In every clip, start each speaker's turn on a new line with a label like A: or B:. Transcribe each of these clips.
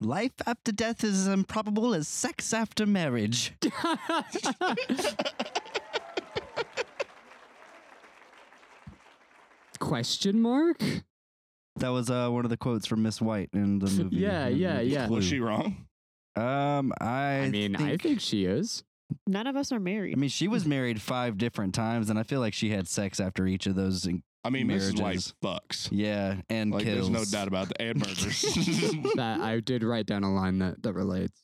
A: Life after death is as improbable as sex after marriage.
B: Question mark?
A: That was uh, one of the quotes from Miss White in the movie.
B: Yeah,
A: in the
B: yeah,
A: movie
B: yeah.
A: Clue.
C: Was she wrong?
A: Um, I,
B: I, mean, I think she is.
D: None of us are married.
A: I mean, she was married five different times, and I feel like she had sex after each of those. and-
C: I mean, Mrs. White
A: Marriages.
C: fucks.
A: yeah, and
C: Like,
A: kills.
C: there's no doubt about that. And murders.
B: That I did write down a line that, that relates.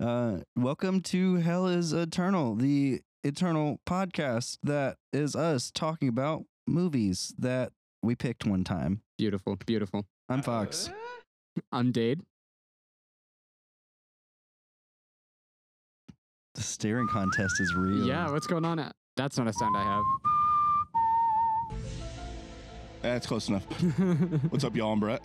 A: Uh, welcome to Hell is Eternal, the eternal podcast that is us talking about movies that we picked one time.
B: Beautiful, beautiful.
A: I'm
B: Uh.
A: Fox.
B: I'm Dade.
A: The staring contest is real.
B: Yeah, what's going on? That's not a sound I
C: That's close enough.
B: have.
C: What's up, y'all? I'm Brett.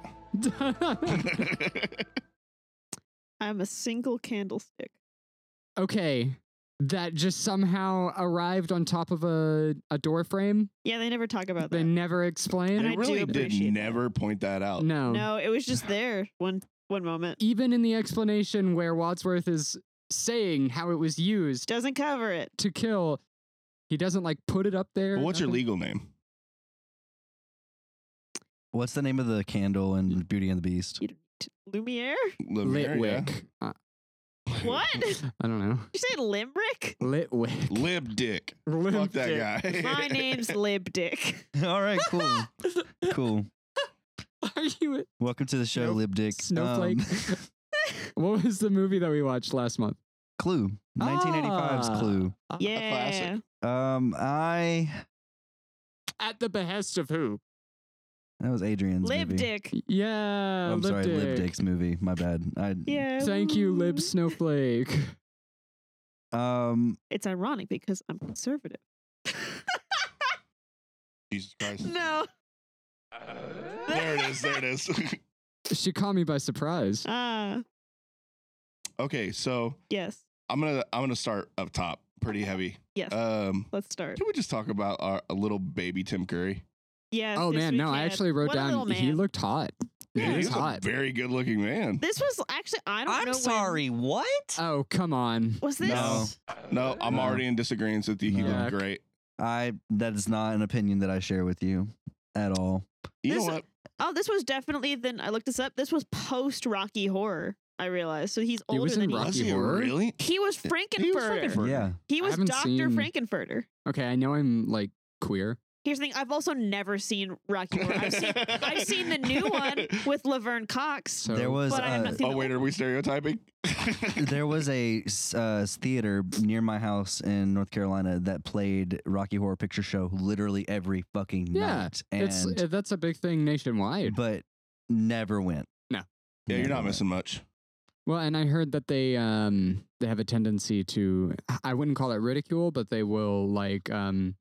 D: I'm a single candlestick.
B: okay, that just somehow arrived on top of a, a door frame.
D: Yeah, they never talk about
B: They
D: that.
B: never
D: And
B: explained.
D: I
C: it really
D: do
C: did
D: appreciate that.
C: never point that out.
B: No.
D: No, it was just there one one moment.
B: Even in the explanation where Wadsworth is saying how it was used
D: Doesn't cover it.
B: to kill, he doesn't like put it up there.
C: But what's your
B: nothing.
C: legal name?
A: What's the name of the candle in Beauty and the Beast?
D: You don't need to- Lumiere?
C: Lumiere, yeah?
B: Litwick. Uh,
D: What? Did
B: I don't know.
D: you say limerick?
B: Litwick.
C: Lib Dick. Fuck
B: Limp
C: that
B: dick.
C: guy.
D: My name's Lib Dick.
A: All right, cool, cool.
B: Are you a
A: Welcome to the show,
B: Snow-
A: Lib Dick.
B: snowflake?
A: Um,
B: what was the movie that we watched last month?
A: Clue, 1985's
B: Ah.
A: Clue.
D: Yeah.
C: classic.
A: Um, I
B: At the behest of who?
A: that was Adrian's
D: Lib
A: movie. Oh,
D: Dick.
B: Yeah.
A: I'm
B: Lip
A: sorry, Lib
B: dick.
A: Dick's movie. My bad. I,
D: Yeah.
B: Thank you, Lib Snowflake.
A: Um,
D: It's ironic because I'm conservative.
C: Jesus Christ.
D: no.
C: There it is. There it is.
B: She caught me by surprise.
D: Ah,
C: okay, so
D: yes.
C: I'm gonna I'm gonna start up top, pretty heavy.
D: Yes.
B: Uh,
C: Um,
D: Let's start.
C: can we just talk about our a little baby Tim Curry?
D: Yes.
B: oh
D: yes,
B: man,
D: we
B: no, I
D: can.
B: actually wrote
D: What a little
B: down he
D: man.
B: looked hot.
D: Yeah,
C: Man,
B: he was
C: he's a
B: hot.
C: very good looking man.
D: This was actually I don't know.
A: I'm
D: when- Uh,
A: sorry. What?
B: Oh, come on.
D: was this?
A: No.
C: No, I'm
A: No.
C: already in disagreement with you. He
B: No.
C: looked great.
A: I that is not an opinion that I share with you at all.
C: You
D: This-
C: know what?
D: Oh, this was definitely. Then I looked this up. This was post Rocky Horror. I realized. So he's
B: He
D: older
B: was in
D: than he.
B: Rocky
C: Was he
B: Horror?
C: really?
D: He was Frankenfurter.
C: Frankenfurter.
A: Yeah.
D: He was
B: haven't
D: Doctor
B: seen-
D: Frankenfurter.
B: Okay, I know I'm like queer.
D: Here's the thing. I've also never seen Rocky Horror. I've seen, I've seen the new one with Laverne Cox.
B: So
A: There was
D: But I have
A: uh,
D: not seen-
C: Oh wait, are we stereotyping?
A: there was a s- uh, theater near my house in North Carolina that played Rocky Horror Picture Show literally every fucking
B: Yeah,
A: night, and
B: it's uh, that's a big thing nationwide.
A: but never went.
B: No.
C: yeah, you're
A: Never
C: not
A: went.
C: missing much.
B: Well, and I heard that they um they have a tendency to I wouldn't call it ridicule, but they will like um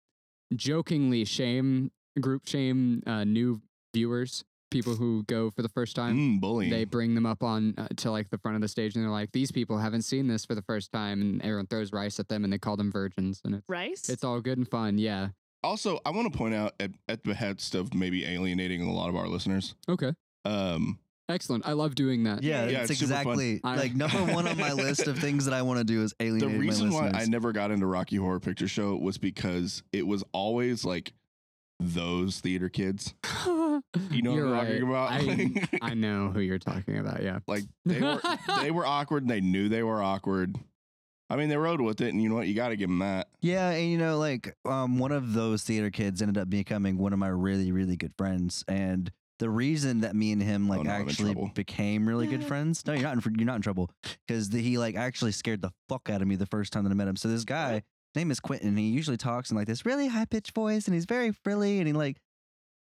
B: jokingly shame group shame uh, new viewers, people who go for the first time.
C: Mm, bullying.
B: They bring them up on uh, to like the front of the stage, and they're like, "These people haven't seen this for the first time," and everyone throws rice at them, and they call them virgins, and it's
D: Rice.
B: it's all good and fun. Yeah.
C: also, I want to point out at, at the behest of maybe alienating a lot of our listeners.
B: Okay.
C: Um,
B: Excellent. I love doing that.
A: Yeah,
C: Yeah,
A: it's
C: it's super fun.
A: exactly
B: I-
A: like number one on my list of things that I want to do is alienate
C: the
A: my
C: reason why I
A: listeners.
C: never got into Rocky Horror Picture Show was because it was always like those theater kids. You know
B: You're
C: what I'm talking
B: right.
C: about?
B: I, I know who you're talking about. Yeah.
C: Like they were they were awkward. And they knew they were awkward. I mean, they rode with it, and you know what? You got to give them that.
A: Yeah, and you know, like um, one of those theater kids ended up becoming one of my really, really good friends, and the reason that me and him like
C: no, Oh, I'm in
A: actually
C: trouble.
A: became really good
D: Yeah.
A: friends. No, you're not. In, fr- you're not in trouble because he like actually scared the fuck out of me the first time that I met him. So this guy, his name is Quentin. and He usually talks in like this really high pitched voice, and he's very frilly, and he like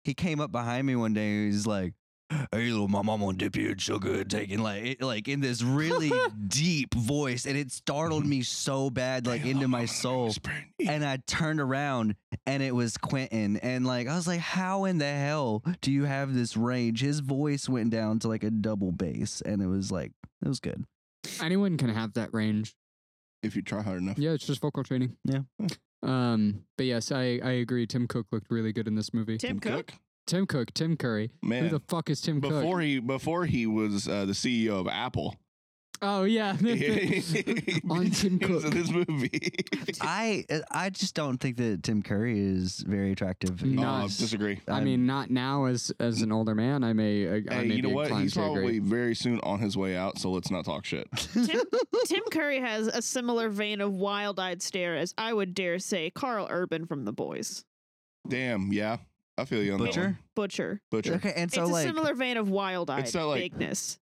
A: he came up behind me one day. and He's like. Hey, little mom, I'm gonna dip you in sugar and take it like, it, like in this really deep voice, and it startled me so bad, like
C: Hey,
A: into
C: I'm
A: my
C: gonna
A: soul
C: whisper.
A: and I turned around and it was Quentin. And like, I was like, how in the hell do you have this range? His voice went down to like a double bass and it was like, it was good.
B: Anyone can have that range.
C: If you try hard enough.
B: Yeah, it's just vocal training.
A: Yeah.
B: Um, but yes, I, I agree. Tim Cook looked really good in this movie.
D: Tim Cook.
B: Tim Cook, Tim Curry. Who
C: Man,
B: the fuck is Tim Cook?
C: before he before he was uh, the CEO of Apple.
B: Oh yeah, on Tim
C: He was in
B: Cook.
C: this movie.
A: I I just don't think that Tim Curry is very attractive. He
B: No,
C: Oh, I
B: Nice.
A: was-
C: disagree.
B: I
A: I'm-
B: mean, not now as as an older man. I may. I, I
C: Hey,
B: may
C: you know
B: be
C: what?
B: inclined
C: He's
B: to agree.
C: probably very soon on his way out, so let's not talk shit.
D: Tim, Tim Curry has a similar vein of wild-eyed stare as I would dare say Carl Urban from The Boys.
C: Damn, yeah. I feel you on that one.
A: Butcher?
D: Butcher.
C: Butcher.
A: Okay, and so
D: it's
A: like
D: a similar vein of wild-eyed
C: It's not like-
D: bigness.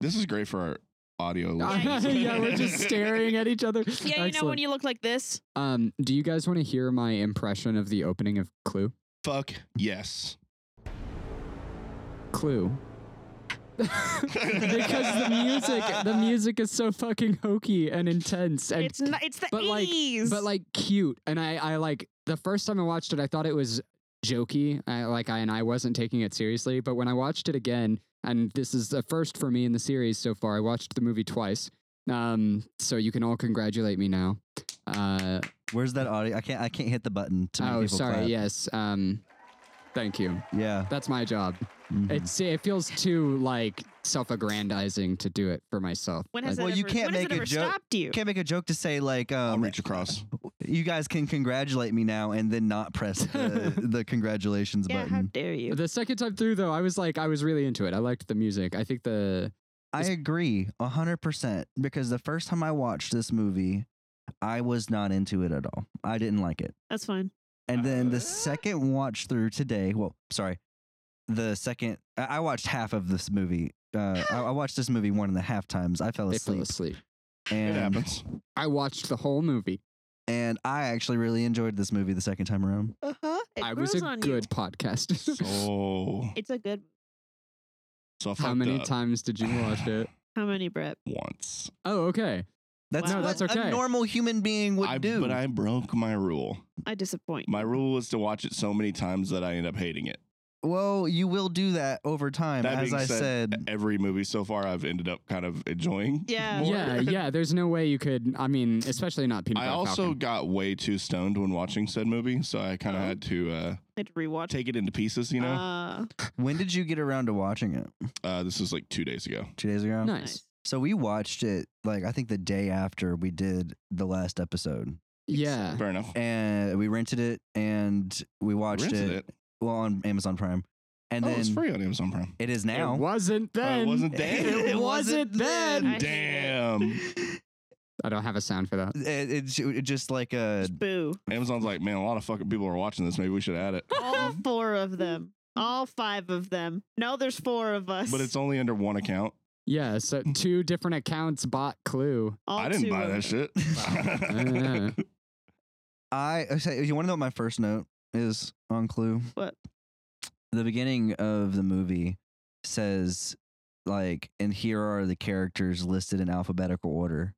C: This is great for our audio.
D: Yeah,
C: listeners.
B: yeah, we're just staring at each other.
D: Yeah, you know when
B: Excellent.
D: you look like this.
B: Um, do you guys want to hear my impression of the opening of Clue?
C: Fuck yes.
B: Clue. because the music, the music is so fucking hokey and intense and
D: It's not, it's the
B: but like-
D: 80s.
B: but like cute. And I, I like the first time I watched it, I thought it was jokey. I like I and I wasn't taking it seriously. But when I watched it again, and this is the first for me in the series so far, I watched the movie twice. Um, so you can all congratulate me now. Uh,
A: where's that audio? I can't I can't hit the button to make
B: oh,
A: people
B: sorry.
A: clap.
B: Yes. Um, thank you.
A: Yeah.
B: That's my job.
A: mhm.
B: It's it feels too like self-aggrandizing to do it for myself.
D: when has
B: Uh,
A: Well,
D: that
A: you
D: ever,
A: can't
D: when has
A: make
D: it
A: a
D: ever
A: joke.
D: stopped you?
A: Can't make a joke to say like
C: I'll
A: um,
C: reach across.
A: you guys can congratulate me now and then not press the, the congratulations
D: yeah, how
A: button.
D: dare you?
B: the second time through though, I was like I was really into it. I liked the music. I think the
A: I agree hundred percent because the first time I watched this movie, I was not into it at all. I didn't like it.
D: That's fine.
A: And then
C: Uh.
A: the second watch through today, well, sorry, the second I I watched half of this movie. Uh, I, I watched this movie one and a half times. I fell
B: they
A: asleep,
B: fell asleep.
C: It
A: and
C: happens.
B: I watched the whole movie.
A: and I actually really enjoyed this movie the second time around.
D: Uh-huh. It
B: I was
D: grows
B: a
D: on
B: good
D: You.
B: podcast.
C: So,
D: It's a good.
C: so I
B: How
C: fucked
B: many
C: up
B: times did you watch it?
D: How many, Brett?
C: Once.
B: Oh, okay.
A: That's
D: No,
A: what
B: that's okay.
A: a normal human being would
C: I,
A: do.
C: But I broke my rule.
D: I disappoint.
C: My rule was to watch it so many times that I end up hating it.
A: well, you will do that over time,
C: That
A: as
C: being eh,
A: I said.
C: Every movie so far, I've ended up kind of enjoying.
D: Yeah.
C: more.
B: Yeah, yeah. There's no way you could. I mean, especially not Peanut
C: I
B: Butter
C: also
B: Falcon.
C: got way too stoned when watching said movie, so I kind of
D: Oh.
C: had to uh,
D: I had to rewatch.
C: take it into pieces. You know,
D: Uh,
A: When did you get around to watching it?
C: uh, this was like two days ago.
A: Two days ago.
B: nice.
D: nice.
A: So we watched it like I think the day after we did the last episode,
B: Yeah.
C: Fair enough.
A: and we rented it and we watched
C: Rented it.
A: well on Amazon Prime, and
C: oh,
A: then
C: it's free on Amazon Prime.
A: it is now.
B: It wasn't
C: Oh,
B: then.
C: it wasn't
A: It
C: damn.
B: It wasn't
A: wasn't
B: then.
D: then. I-
C: damn.
B: I don't have a sound for that.
A: It, it, it just like a
D: Just boo.
C: Amazon's like, man, a lot of fucking people are watching this. Maybe we should add it.
D: All four of them. All five of them. No, there's four of us.
C: But it's only under one account.
B: Yeah. So two different accounts bought Clue.
D: all
C: I didn't
D: two
C: buy
D: of
C: that shit.
D: them.
B: Uh,
A: I I say you want to know what my first note is on Clue?
D: What?
A: The beginning of the movie says like, and here are the characters listed in alphabetical order,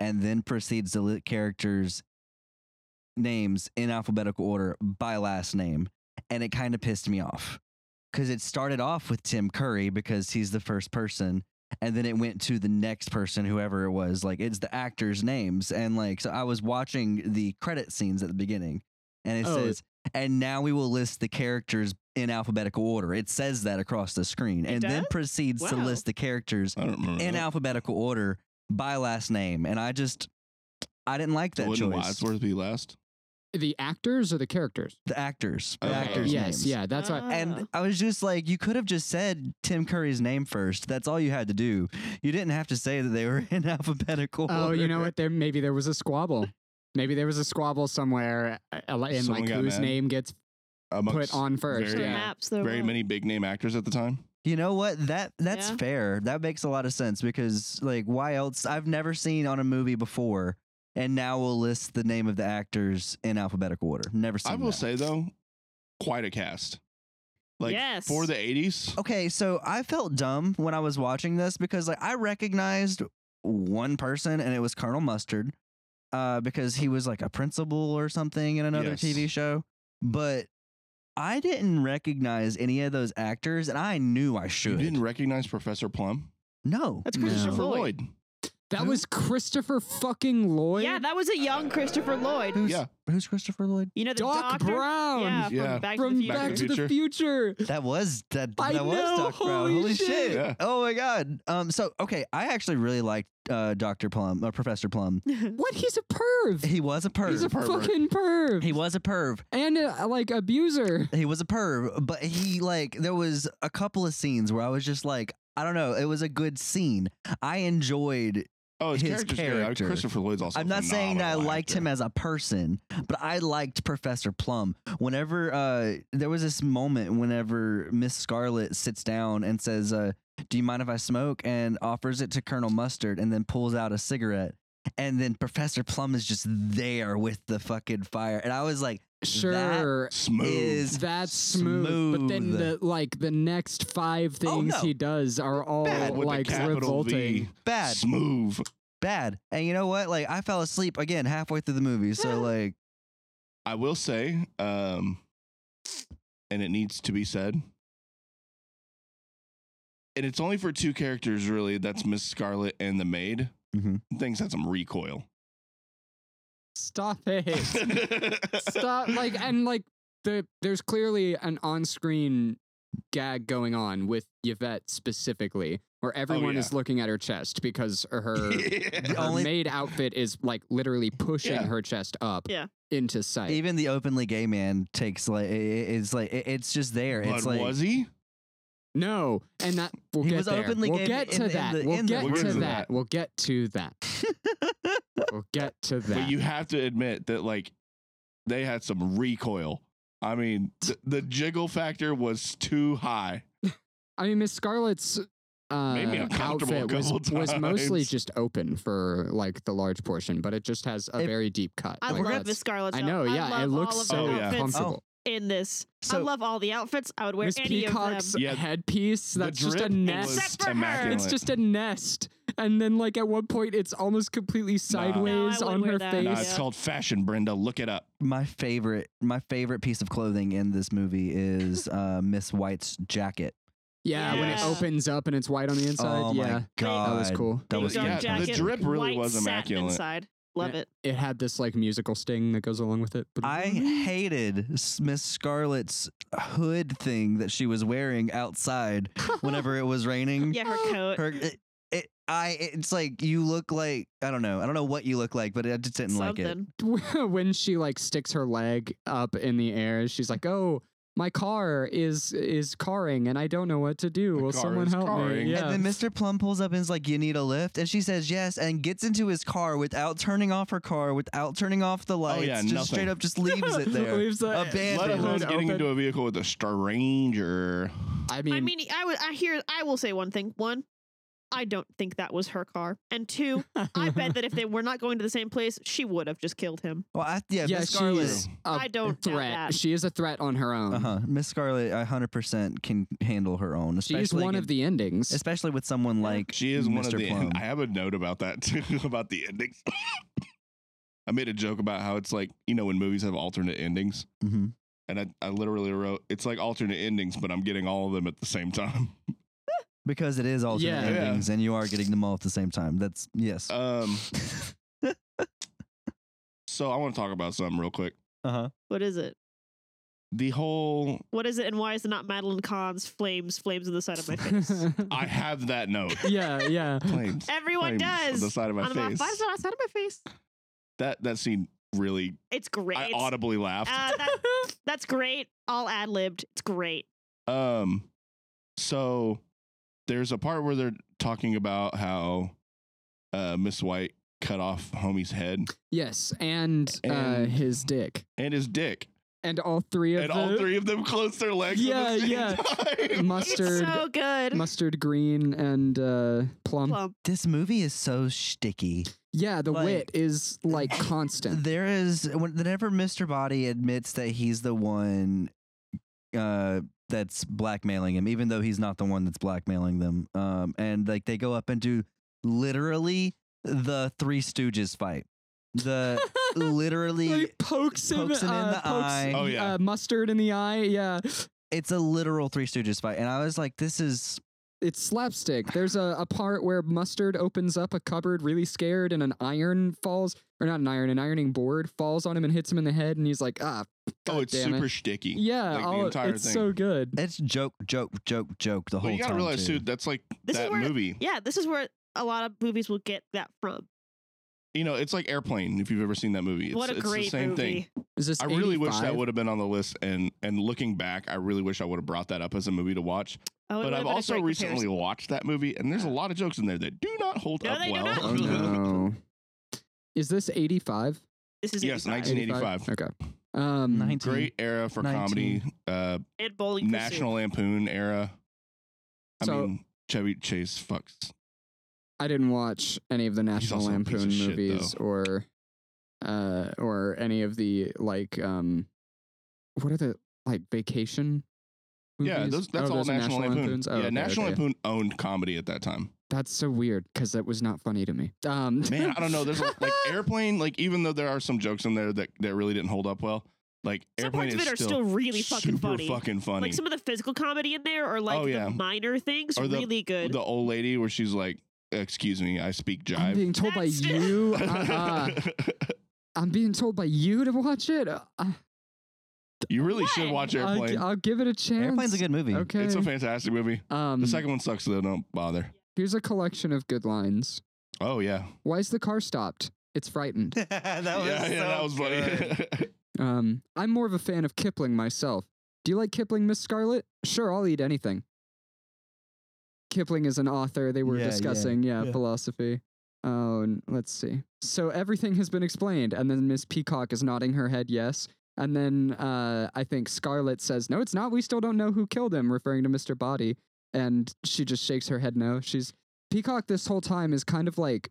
A: and then proceeds to list characters names in alphabetical order by last name, and it kind of pissed me off because it started off with Tim Curry because he's the first person. And then it went to the next person, whoever it was. Like it's the actors' names, and like so, I was watching the credit scenes at the beginning, and it
B: Oh.
A: says, "And now we will list the characters in alphabetical order." It says that across the screen,
D: It
A: and then
D: does?
A: proceeds to
D: Wow.
A: list the characters
C: I don't remember.
A: in
C: that.
A: alphabetical order by last name. And I just, I didn't like
C: So
A: that
C: Wouldn't
A: choice.
C: Wadsworth be last?
B: the actors or the characters?
A: The actors, the
C: Okay.
A: actors'
B: yes.
A: names.
B: Yeah. That's what.
A: And
D: Ah.
A: I was just like, you could have just said Tim Curry's name first. That's all you had to do. You didn't have to say that they were in alphabetical order.
B: Oh, you know what? There maybe there was a squabble. Maybe there was a squabble somewhere, uh, uh, and
C: Someone
B: like
C: got
B: whose
C: mad.
B: name gets
C: Amongst
B: put on first.
C: very-
B: yeah.
D: Perhaps there
C: very
D: were.
C: many big name actors at the time.
A: You know what? That that's
D: Yeah.
A: fair. That makes a lot of sense because like why else I've never seen on a movie before and now we'll list the name of the actors in alphabetical order. Never seen
C: I will
A: that.
C: say though, quite a cast. Like
D: Yes.
C: for the eighties.
A: Okay, so I felt dumb when I was watching this because like I recognized one person and it was Colonel Mustard uh, because he was like a principal or something in another
C: Yes.
A: TV show. But I didn't recognize any of those actors and I knew I
C: You
A: should. Oh.
C: didn't recognize Professor Plum?
A: no.
D: That's
B: No.
D: Christopher
C: Christopher
D: Lloyd.
C: Lloyd.
B: That
A: Who?
B: was Christopher fucking Lloyd.
D: Yeah, that was a young Christopher Lloyd.
A: Who's,
C: Yeah.
A: who's Christopher Lloyd?
D: You know the
B: Doc
D: doctor.
B: Brown
D: Yeah, from
C: Yeah.
D: Back to
B: from
D: the Future.
B: Back to
C: Future.
B: the Future.
A: That was that.
B: I
A: that was
B: know,
A: Doc Brown.
B: holy
A: Holy shit!
B: shit.
C: Yeah.
A: Oh my god. Um. So okay, I actually really liked uh, Doctor Plum, uh, Professor Plum.
B: What? He's a perv.
A: He was a perv.
B: He's a
C: pervert.
B: fucking perv.
A: he was a perv.
B: and a, like abuser.
A: He was a perv, but he like there was a couple of scenes where I was just like, I don't know, it was a good scene. I enjoyed.
C: Oh, his,
A: His
C: character's good.
A: character.
C: Christopher Lloyd's also.
A: I'm not saying that I liked him as a person, but I liked Professor Plum. Whenever uh, there was this moment whenever Miss Scarlet sits down and says, uh, "Do you mind if I smoke?" and offers it to Colonel Mustard, and then pulls out a cigarette. And then Professor Plum is just there with the fucking fire, and I was like,
B: Sure.
C: smooth.
A: is
B: that's smooth, but then
A: smooth.
B: the like the next five things
A: Oh, no.
B: he does are all
A: Bad
C: with
B: like
C: the capital
B: revolting.
C: V.
A: "Bad,
C: Smooth.
A: bad. And you know what? Like I fell asleep again halfway through the movie. So like
C: I will say, um, and it needs to be said, and it's only for two characters really.
B: Eh.
C: That's Miss Scarlet and the maid.
A: Mhm.
C: Things had some recoil.
B: Stop it. Stop like and like the there's clearly an on-screen gag going on with Yvette specifically, where
A: Oh,
B: everyone
C: yeah.
B: is looking at her chest because her
C: Yeah.
B: her
A: Only-
B: maid outfit is like literally pushing
C: Yeah.
B: her chest up
D: Yeah.
B: into sight.
A: even the openly gay man takes like i- i- it's like i- it's just there.
C: But
A: it's like
C: was he?
B: no, and that we'll
A: He
B: get
A: was
B: there.
A: openly
B: we'll
A: gay
B: get
A: in-
B: to
A: in
B: that.
A: the-
B: we'll
A: in the-
B: get
C: We'll get
B: to
C: to
B: that.
C: that.
B: We'll get to that. We'll get to that.
C: But you have to admit that like they had some recoil. I mean, th- the jiggle factor was too high.
B: I mean, Miss Scarlet's
C: me
B: uh,
C: uncomfortable a
B: outfit was,
C: couple
B: was mostly
C: times.
B: just open for like the large portion, but it just has a
A: It-
B: very deep cut.
D: I
B: Like,
D: love
B: that's-
D: Miss Scarlet.
B: I know, yeah,
D: I
B: it
D: love
B: looks
D: all of
B: so
C: Oh,
D: the
C: yeah.
D: outfits
B: comfortable.
D: in this. I
A: so
D: love all the outfits. I would wear
B: Miss
D: any
B: Peacock's
D: of them.
C: Yeah.
B: headpiece,
C: The
B: that's just a
C: drip
B: nest.
C: was
D: Except for her.
C: immaculate.
B: It's just a nest. And then, like, at one point, it's almost completely sideways
D: No, I
B: on
D: wouldn't wear
B: her
D: that.
B: face.
C: Nah, it's
D: Yeah.
C: called fashion, Brenda. Look it up.
A: my favorite my favorite piece of clothing in this movie is uh, Miss White's jacket.
B: yeah, when it
D: Yeah.
B: opens up and it's white on the inside.
A: oh
B: yeah,
A: my god,
B: that was cool.
A: That
D: Big
A: was
D: dark
C: yeah, the
A: fantastic.
D: jacket,
C: drip really
D: white
C: was
D: satin
C: immaculate.
D: Inside. Love
B: Yeah.
D: it.
B: It had this, like, musical sting that goes along with it.
A: I
B: Mm-hmm.
A: hated S- Miss Scarlet's hood thing that she was wearing outside whenever it was raining.
D: Yeah, her coat.
A: Her, it, it, I, it's like you look like I don't know. I don't know what you look like, but I just didn't like it.
D: something.
B: when she like sticks her leg up in the air, she's like, "Oh, my car is is carring, and I don't know what to do.
C: The
B: Will
C: car
B: someone
C: is
B: help
C: carring."
B: me?" Yeah.
A: And then Mr. Plum pulls up and is like, You need a lift? And she says yes and gets into his car without turning off her car, without turning off the lights.
C: Oh, yeah,
A: just
C: nothing.
A: straight up just leaves it there.
B: Leaves the-
A: Abandoned.
C: Let alone
B: hood
C: getting
B: open.
C: into a vehicle with a stranger.
B: I mean,
D: I mean, I would. I hear. I will say one thing. One, I don't think that was her car. And two, I bet that if they were not going to the same place, she would have just killed him.
A: well, I, yeah,
B: yeah,
A: Miss Scarlet.
B: she's a
D: I don't doubt
B: threat.
D: that.
B: She is a threat on her own.
A: Uh huh. Miss Scarlet, I 100% can handle her own. Especially
B: She's one
A: again-
B: of the endings.
A: Especially with someone like
C: She is
A: Mr.
C: one of the.
A: Plum.
C: I have a note about that too, about the endings. I made a joke about how it's like you know when movies have alternate endings,
A: hmm
C: and I, I literally wrote it's like alternate endings, but I'm getting all of them at the same time.
A: Because it is alternate
B: Yeah.
C: Yeah.
A: endings and you are getting them all at the same time. That's, yes.
C: Um, so I want to talk about something real quick.
A: Uh huh.
D: What is it?
C: The whole
D: What is it? And why is it not Madeline Kahn's flames? Flames on the side of my face.
C: I have that note.
B: yeah, yeah.
C: Planes.
D: Everyone
C: flames on
D: does.
C: the side of my
D: on my,
C: face.
D: why is it on the side of my face?
C: That that scene really.
D: It's great.
C: I audibly laughed.
D: Uh, that- that's great. All ad libbed. It's great.
C: Um, so there's a part where they're talking about how uh, Miss White cut off homie's head
B: Yes, and, uh,
C: And-
B: his dick,
C: and his dick,
B: and all three of
C: and
B: the
C: all three of them closed their legs.
B: Yeah,
C: at the same
B: yeah.
C: time.
D: It's
B: mustard,
D: so good.
B: mustard green, and uh, plum.
D: Plum.
A: This movie is so sticky.
B: Yeah, the
A: Like-
B: wit is like constant.
A: There is when- whenever Mr. Body admits that he's the one uh, that's blackmailing him, even though he's not the one that's blackmailing them. Um, and like they go up and do literally the Three Stooges fight. The literally,
B: Like, pokes him,
A: pokes him in
B: uh,
A: the
B: pokes,
A: eye.
C: Oh, yeah.
B: uh, mustard in the eye. Yeah,
A: it's a literal Three Stooges fight, and I was like, this is
B: it's slapstick. There's a, a part where Mustard opens up a cupboard really scared and an iron falls, or not an iron, an ironing board falls on him and hits him in the head. And he's like, ah,
C: oh, it's
B: damn it.
C: super sticky.
B: yeah,
C: Like the
B: all-
C: entire
B: it's
C: thing.
B: so good.
A: It's joke, joke, joke, joke the
C: Well,
A: whole
C: you gotta
A: time.
C: realize,
A: too.
C: too, that's like
D: This is
C: that
D: where-
C: movie.
D: Yeah, this is where a lot of movies will get that from.
C: You know, it's like Airplane. If you've ever seen that movie, it's,
D: what a
C: it's
D: great
C: the same
D: movie. Oh,
C: thing.
B: Is this
C: I really wish
B: 85?
C: that would have been on the list. And and looking back, I really wish I would have brought that up as a movie to watch.
D: Oh, it
C: but
D: would've
C: I've
D: been a
C: also
D: great
C: recently
D: comparison.
C: watched that movie, and there's a lot of jokes in there that do not hold
D: No,
C: up
D: they do
C: well.
D: not.
A: Oh, no.
B: Is this 85?
D: This is
C: Yes,
D: 85.
B: 85?
C: 1980.
B: Okay. Um,
A: 19.
C: Great era for comedy. Uh,
D: And Bowling for Soup.
C: National Lampoon era. I
B: So-
C: mean, Chevy Chase fucks.
B: I didn't watch any of the National
C: also a piece of
B: Lampoon
C: shit,
B: movies
C: though.
B: or uh or any of the like um what are the like vacation movies?
C: Yeah, those, that's
B: Oh,
C: all
B: those are
C: National, Lampoon.
B: Lampoons? Oh,
C: yeah,
B: okay,
C: National
B: okay.
C: Lampoon owned comedy at that time.
B: That's so weird because that was not funny to me. Um
C: Man, I don't know. There's a, like Airplane. Like even though there are some jokes in there that that really didn't hold up well, like
D: Some
C: Airplane
D: parts
C: is
D: of it are
C: still,
D: still, really fucking
C: super
D: funny.
C: fucking funny.
D: Like some of the physical comedy in there are like
C: Oh, yeah.
D: the minor things,
C: Or the-
D: really good.
C: the old lady where she's like, "Excuse me, I speak
B: I'm
C: jive."
B: being told by
D: That's-
B: you. Uh, I'm being told by you to watch it. Uh, I,
C: you really should
D: What?
C: watch
B: I'll,
C: Airplane.
B: gi- I'll give it a chance.
A: Airplane's a good movie.
B: Okay.
C: It's a fantastic movie.
B: um,
C: The second one sucks though. Don't bother.
B: Here's a collection of good lines.
C: Oh yeah,
B: Why is the car stopped? It's frightened.
A: that was
C: yeah, yeah,
A: so
C: that was
A: good.
C: funny.
B: Um, I'm more of a fan of Kipling myself. Do you like Kipling, Miss Scarlet? Sure, I'll eat anything. Kipling is an author. They were
A: Yeah, yeah,
B: discussing, yeah,
A: yeah.
B: philosophy. Oh, and let's see. So everything has been explained, and then Miss Peacock is nodding her head yes. And then uh, I think Scarlet says, "No, it's not. We still don't know who killed him," referring to Mister Body. And she just shakes her head no. She's Peacock. This whole time is kind of like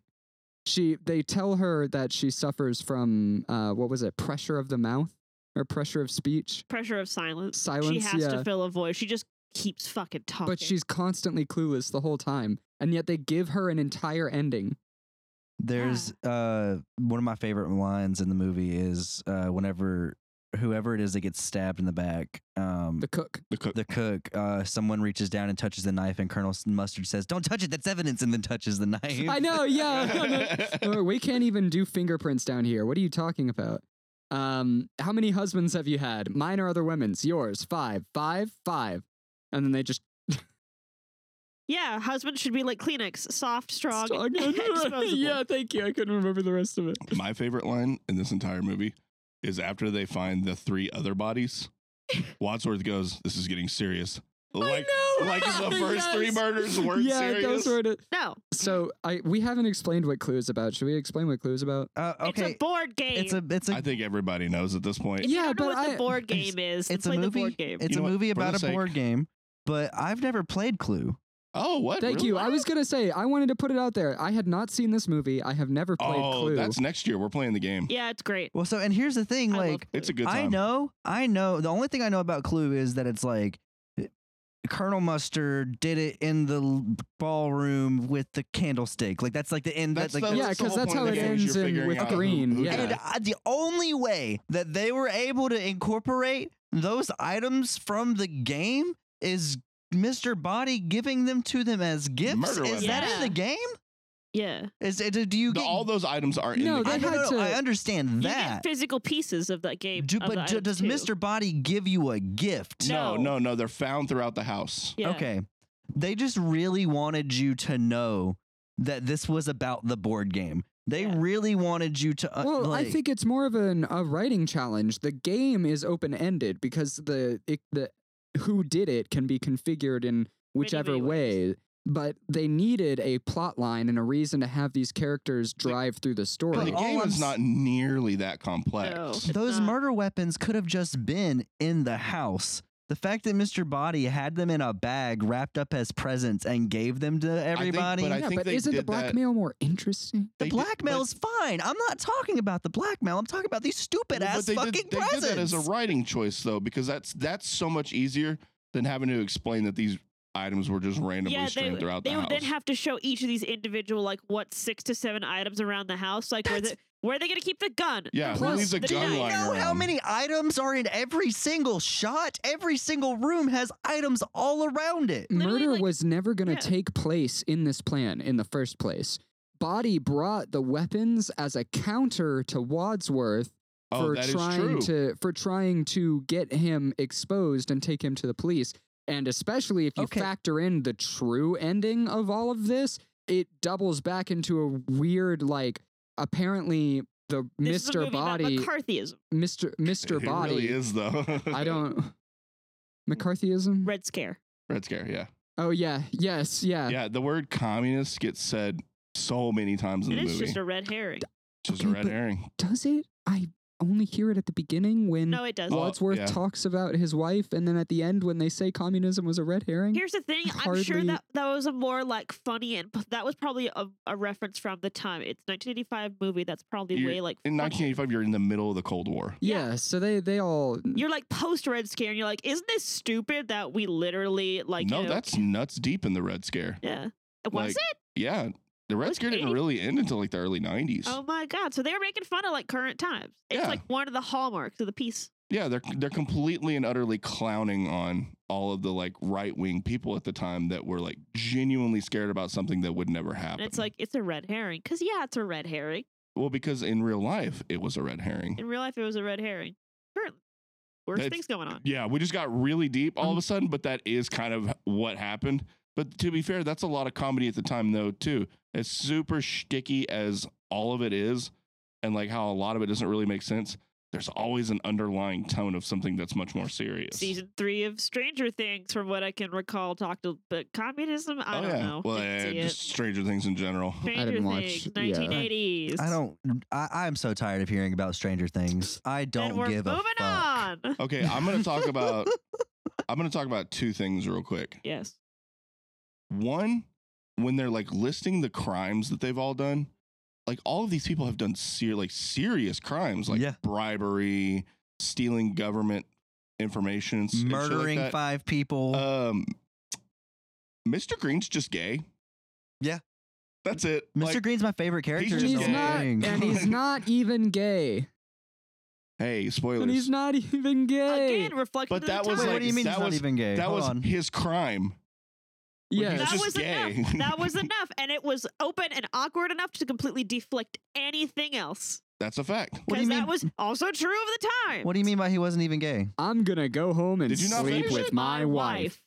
B: she they tell her that she suffers from uh what was it pressure of the mouth or pressure of speech
D: Pressure of silence.
B: silence
D: she has
B: yeah
D: to fill a void. She just keeps fucking talking.
B: but she's constantly clueless the whole time and yet they give her an entire ending
A: There's uh, one of my favorite lines in the movie is uh, whenever whoever it is that gets stabbed in the back, um,
B: the
A: the,
B: cook
C: the cook.
A: cook, uh, someone reaches down and touches the knife, and Colonel S- Mustard says, "Don't touch it. That's evidence," and then touches the knife.
B: i know yeah Uh, we can't even do fingerprints down here what are you talking about um how many husbands have you had mine or other women's yours five five five and then they just
D: yeah, husband should be like Kleenex, soft, strong,
B: Strong.
D: and disposable.
B: yeah thank you i couldn't remember the rest of it
C: My favorite line in this entire movie is after they find the three other bodies. Wadsworth goes, "This is getting serious." Like,
B: know!
C: like the first three
B: Yes!
C: murders weren't
B: yeah,
C: serious.
B: those were the-
D: No,
B: So I we haven't explained what Clue's about. Should we explain what Clue's about?
A: Uh,
D: it's
A: okay,
D: a board game.
A: it's a it's a
C: I think everybody knows at this point.
B: Yeah,
D: I don't know
B: but
D: what the
B: I-
D: board
A: it's-
D: game is.
A: it's a
D: Play the
A: movie.
D: board game.
A: It's
C: You know
A: a
C: what?
A: movie
C: For the
A: about a
C: sake-
A: board game, but I've never played Clue.
C: Oh, what?
B: Thank
C: Really?
B: you. I was gonna say I wanted to put it out there. I had not seen this movie. I have never played
C: Oh,
B: Clue.
C: that's next year. We're playing the game.
D: yeah, it's great.
A: Well, so and here's the thing,
D: I love
A: like
C: It's a
D: Clue.
C: good time.
A: I know, I know. The only thing I know about Clue is that it's like Colonel Mustard did it in the l- ballroom with the candlestick. Like that's like the end.
C: That's
A: that, like,
C: the,
B: Yeah,
C: that's the
B: 'cause
C: whole
B: that's
C: point of
B: how
C: the
B: it
C: game is you're
B: ends in-
C: figuring
B: with
C: out who-
B: green.
C: who
B: Yeah.
C: did
A: And
C: it.
A: I, the only way that they were able to incorporate those items from the game is Mr. Body giving them to them as gifts.
C: Murder
A: is that in
D: weapon.
A: the game?
D: Yeah,
A: Is it, do you
C: The-
A: get
C: all those items are in
B: No,
C: the
B: they
A: I,
C: game.
A: no,
B: had
A: no, no,
B: to-
A: I understand
D: you
A: that.
D: get physical pieces of that game.
A: Do,
D: of the
A: but do,
D: item
A: does
D: too.
A: Mr. Body give you a gift?
C: No, Oh,
D: No.
C: no, no. They're found throughout the house.
D: Yeah.
A: Okay. They just really wanted you to know that this was about the board game. They
D: Yeah.
A: really wanted you to. Uh,
B: well, I
A: like-
B: think it's more of an, a writing challenge. The game is open ended because the it, the who did it can be configured in whichever
D: many
B: way.
D: ways.
B: But they needed a plot line and a reason to have these characters drive through the
C: But
B: story.
C: the
A: all
C: game
A: I'm
C: is
A: s-
C: not nearly that complex.
D: No.
A: those
D: not.
A: murder weapons could have just been in the house. The fact that Mr. Body had them in a bag wrapped up as presents and gave them to everybody.
C: but I
B: yeah,
C: think
B: but
C: they
B: isn't the
C: did that-
B: blackmail more interesting?
A: the
C: they did-
A: blackmail's fine. I'm not talking about the blackmail. I'm talking about these stupid
C: Well,
A: ass
C: they
A: fucking
C: did, they
A: presents.
C: did that as a writing choice though, because that's that's so much easier than having to explain that these items were just randomly
D: Yeah, they,
C: strewn throughout
D: they
C: the
D: would
C: house.
D: then have to show each of these individual like what six to seven items around the house, like where
A: That's
D: the, Where are they going to keep the gun?
C: Yeah, who
D: Plus
C: leaves a
D: the
C: gun
D: knife.
A: You
C: lying
A: know how
C: around?
A: many items are in every single shot? Every single room has items all around it.
D: Literally,
B: Murder
D: like-
B: was never going to
D: yeah.
B: take place in this plan in the first place. Body brought the weapons as a counter to Wadsworth
C: Oh,
B: for
C: that is
B: trying
C: true.
B: to for trying to get him exposed and take him to the police. And especially if you
A: Okay.
B: factor in the true ending of all of this, it doubles back into a weird like apparently the
D: This is a
B: Mr.
D: movie about
B: Body
D: McCarthyism.
B: Mr. Mr.
C: It
B: Body
C: really is though.
B: I don't McCarthyism?
D: Red Scare.
C: Red Scare, yeah.
B: Oh yeah. Yes, yeah.
C: Yeah, the word communist gets said so many times in
D: It
C: the
D: is
C: movie.
D: just a red herring.
C: Just a
B: Okay,
C: red
B: but-
C: herring.
B: Does it? I only hear it at the beginning when
D: No, it doesn't.
C: Oh,
B: Wadsworth
C: yeah.
B: talks about his wife and then at the end when they say communism was a red herring.
D: Here's the thing. I'm sure
B: hardly-
D: that that was a more like funny and that was probably a, a reference from the time. It's 1985 movie. That's probably
C: You're-
D: way like
C: In
D: funnier.
C: 1985, you're in the middle of the Cold War.
B: yeah. so they they all
D: you're like post Red Scare, and you're like, isn't this stupid that we literally like?
C: no,
D: you know,
C: that's nuts deep in the Red Scare.
D: yeah. Was
C: like,
D: it?
C: Yeah, the Red
D: Was
C: Scare didn't
D: 80?
C: really end until like the early 90s.
D: Oh my god! So they were making fun of like current times. It's
C: Yeah.
D: like one of the hallmarks of the piece.
C: Yeah, they're they're completely and utterly clowning on all of the like right wing people at the time that were like genuinely scared about something that would never happen.
D: And it's like it's a red herring because yeah, it's a red herring.
C: well, because in real life it was a red herring.
D: In real life, it was a red herring. Currently, worse
C: That's-
D: things going on.
C: Yeah, we just got really deep all of a sudden, but that is kind of what happened. But to be fair, that's a lot of comedy at the time, though, too. As super shticky as all of it is, and like how a lot of it doesn't really make sense, there's always an underlying tone of something that's much more serious.
D: Season three of Stranger Things, from what I can recall, talked to but communism. I
C: oh,
D: don't
C: yeah.
D: know.
C: Well,
D: Didn't
C: yeah,
D: see it.
C: just Stranger Things in general.
D: Stranger
B: didn't watch-
D: Things,
B: yeah.
D: 1980s.
A: I don't. I, I'm so tired of hearing about Stranger Things. I
D: Then
A: don't
D: we're
A: give a
D: moving
A: fuck.
D: on.
C: Okay, I'm gonna talk about I'm gonna talk about two things real quick.
D: Yes.
C: one when they're like listing the crimes that they've all done like all of these people have done ser- like serious crimes like
A: Yeah.
C: bribery stealing government information and s- and shit like
A: Murdering
C: that.
A: five people.
C: um mr green's just gay
A: Yeah.
C: that's it
A: Mr.
C: Like,
A: Green's my favorite character.
C: just
A: in the
B: he's
A: whole
B: not
A: thing.
B: and he's not even gay.
C: hey spoilers
B: And he's not even gay.
D: Again, reflecting.
C: But
D: to
C: that
D: the
C: was
A: Wait,
D: time.
A: what do you mean
C: that
A: he's not
C: was-
A: even gay?
C: that
A: Hold
C: was
A: on.
C: his crime
B: yeah.
C: He's
D: that
C: just
D: was
C: gay.
D: enough. That was enough, and it was open and awkward enough to completely deflect anything else.
C: that's a fact
A: What do
D: Because
A: you
D: that
A: mean-
D: was also true of the time.
A: What do you mean by he wasn't even gay?
B: I'm gonna go home and
C: Did you not
B: sleep
C: finish
B: with
C: it?
B: my wife.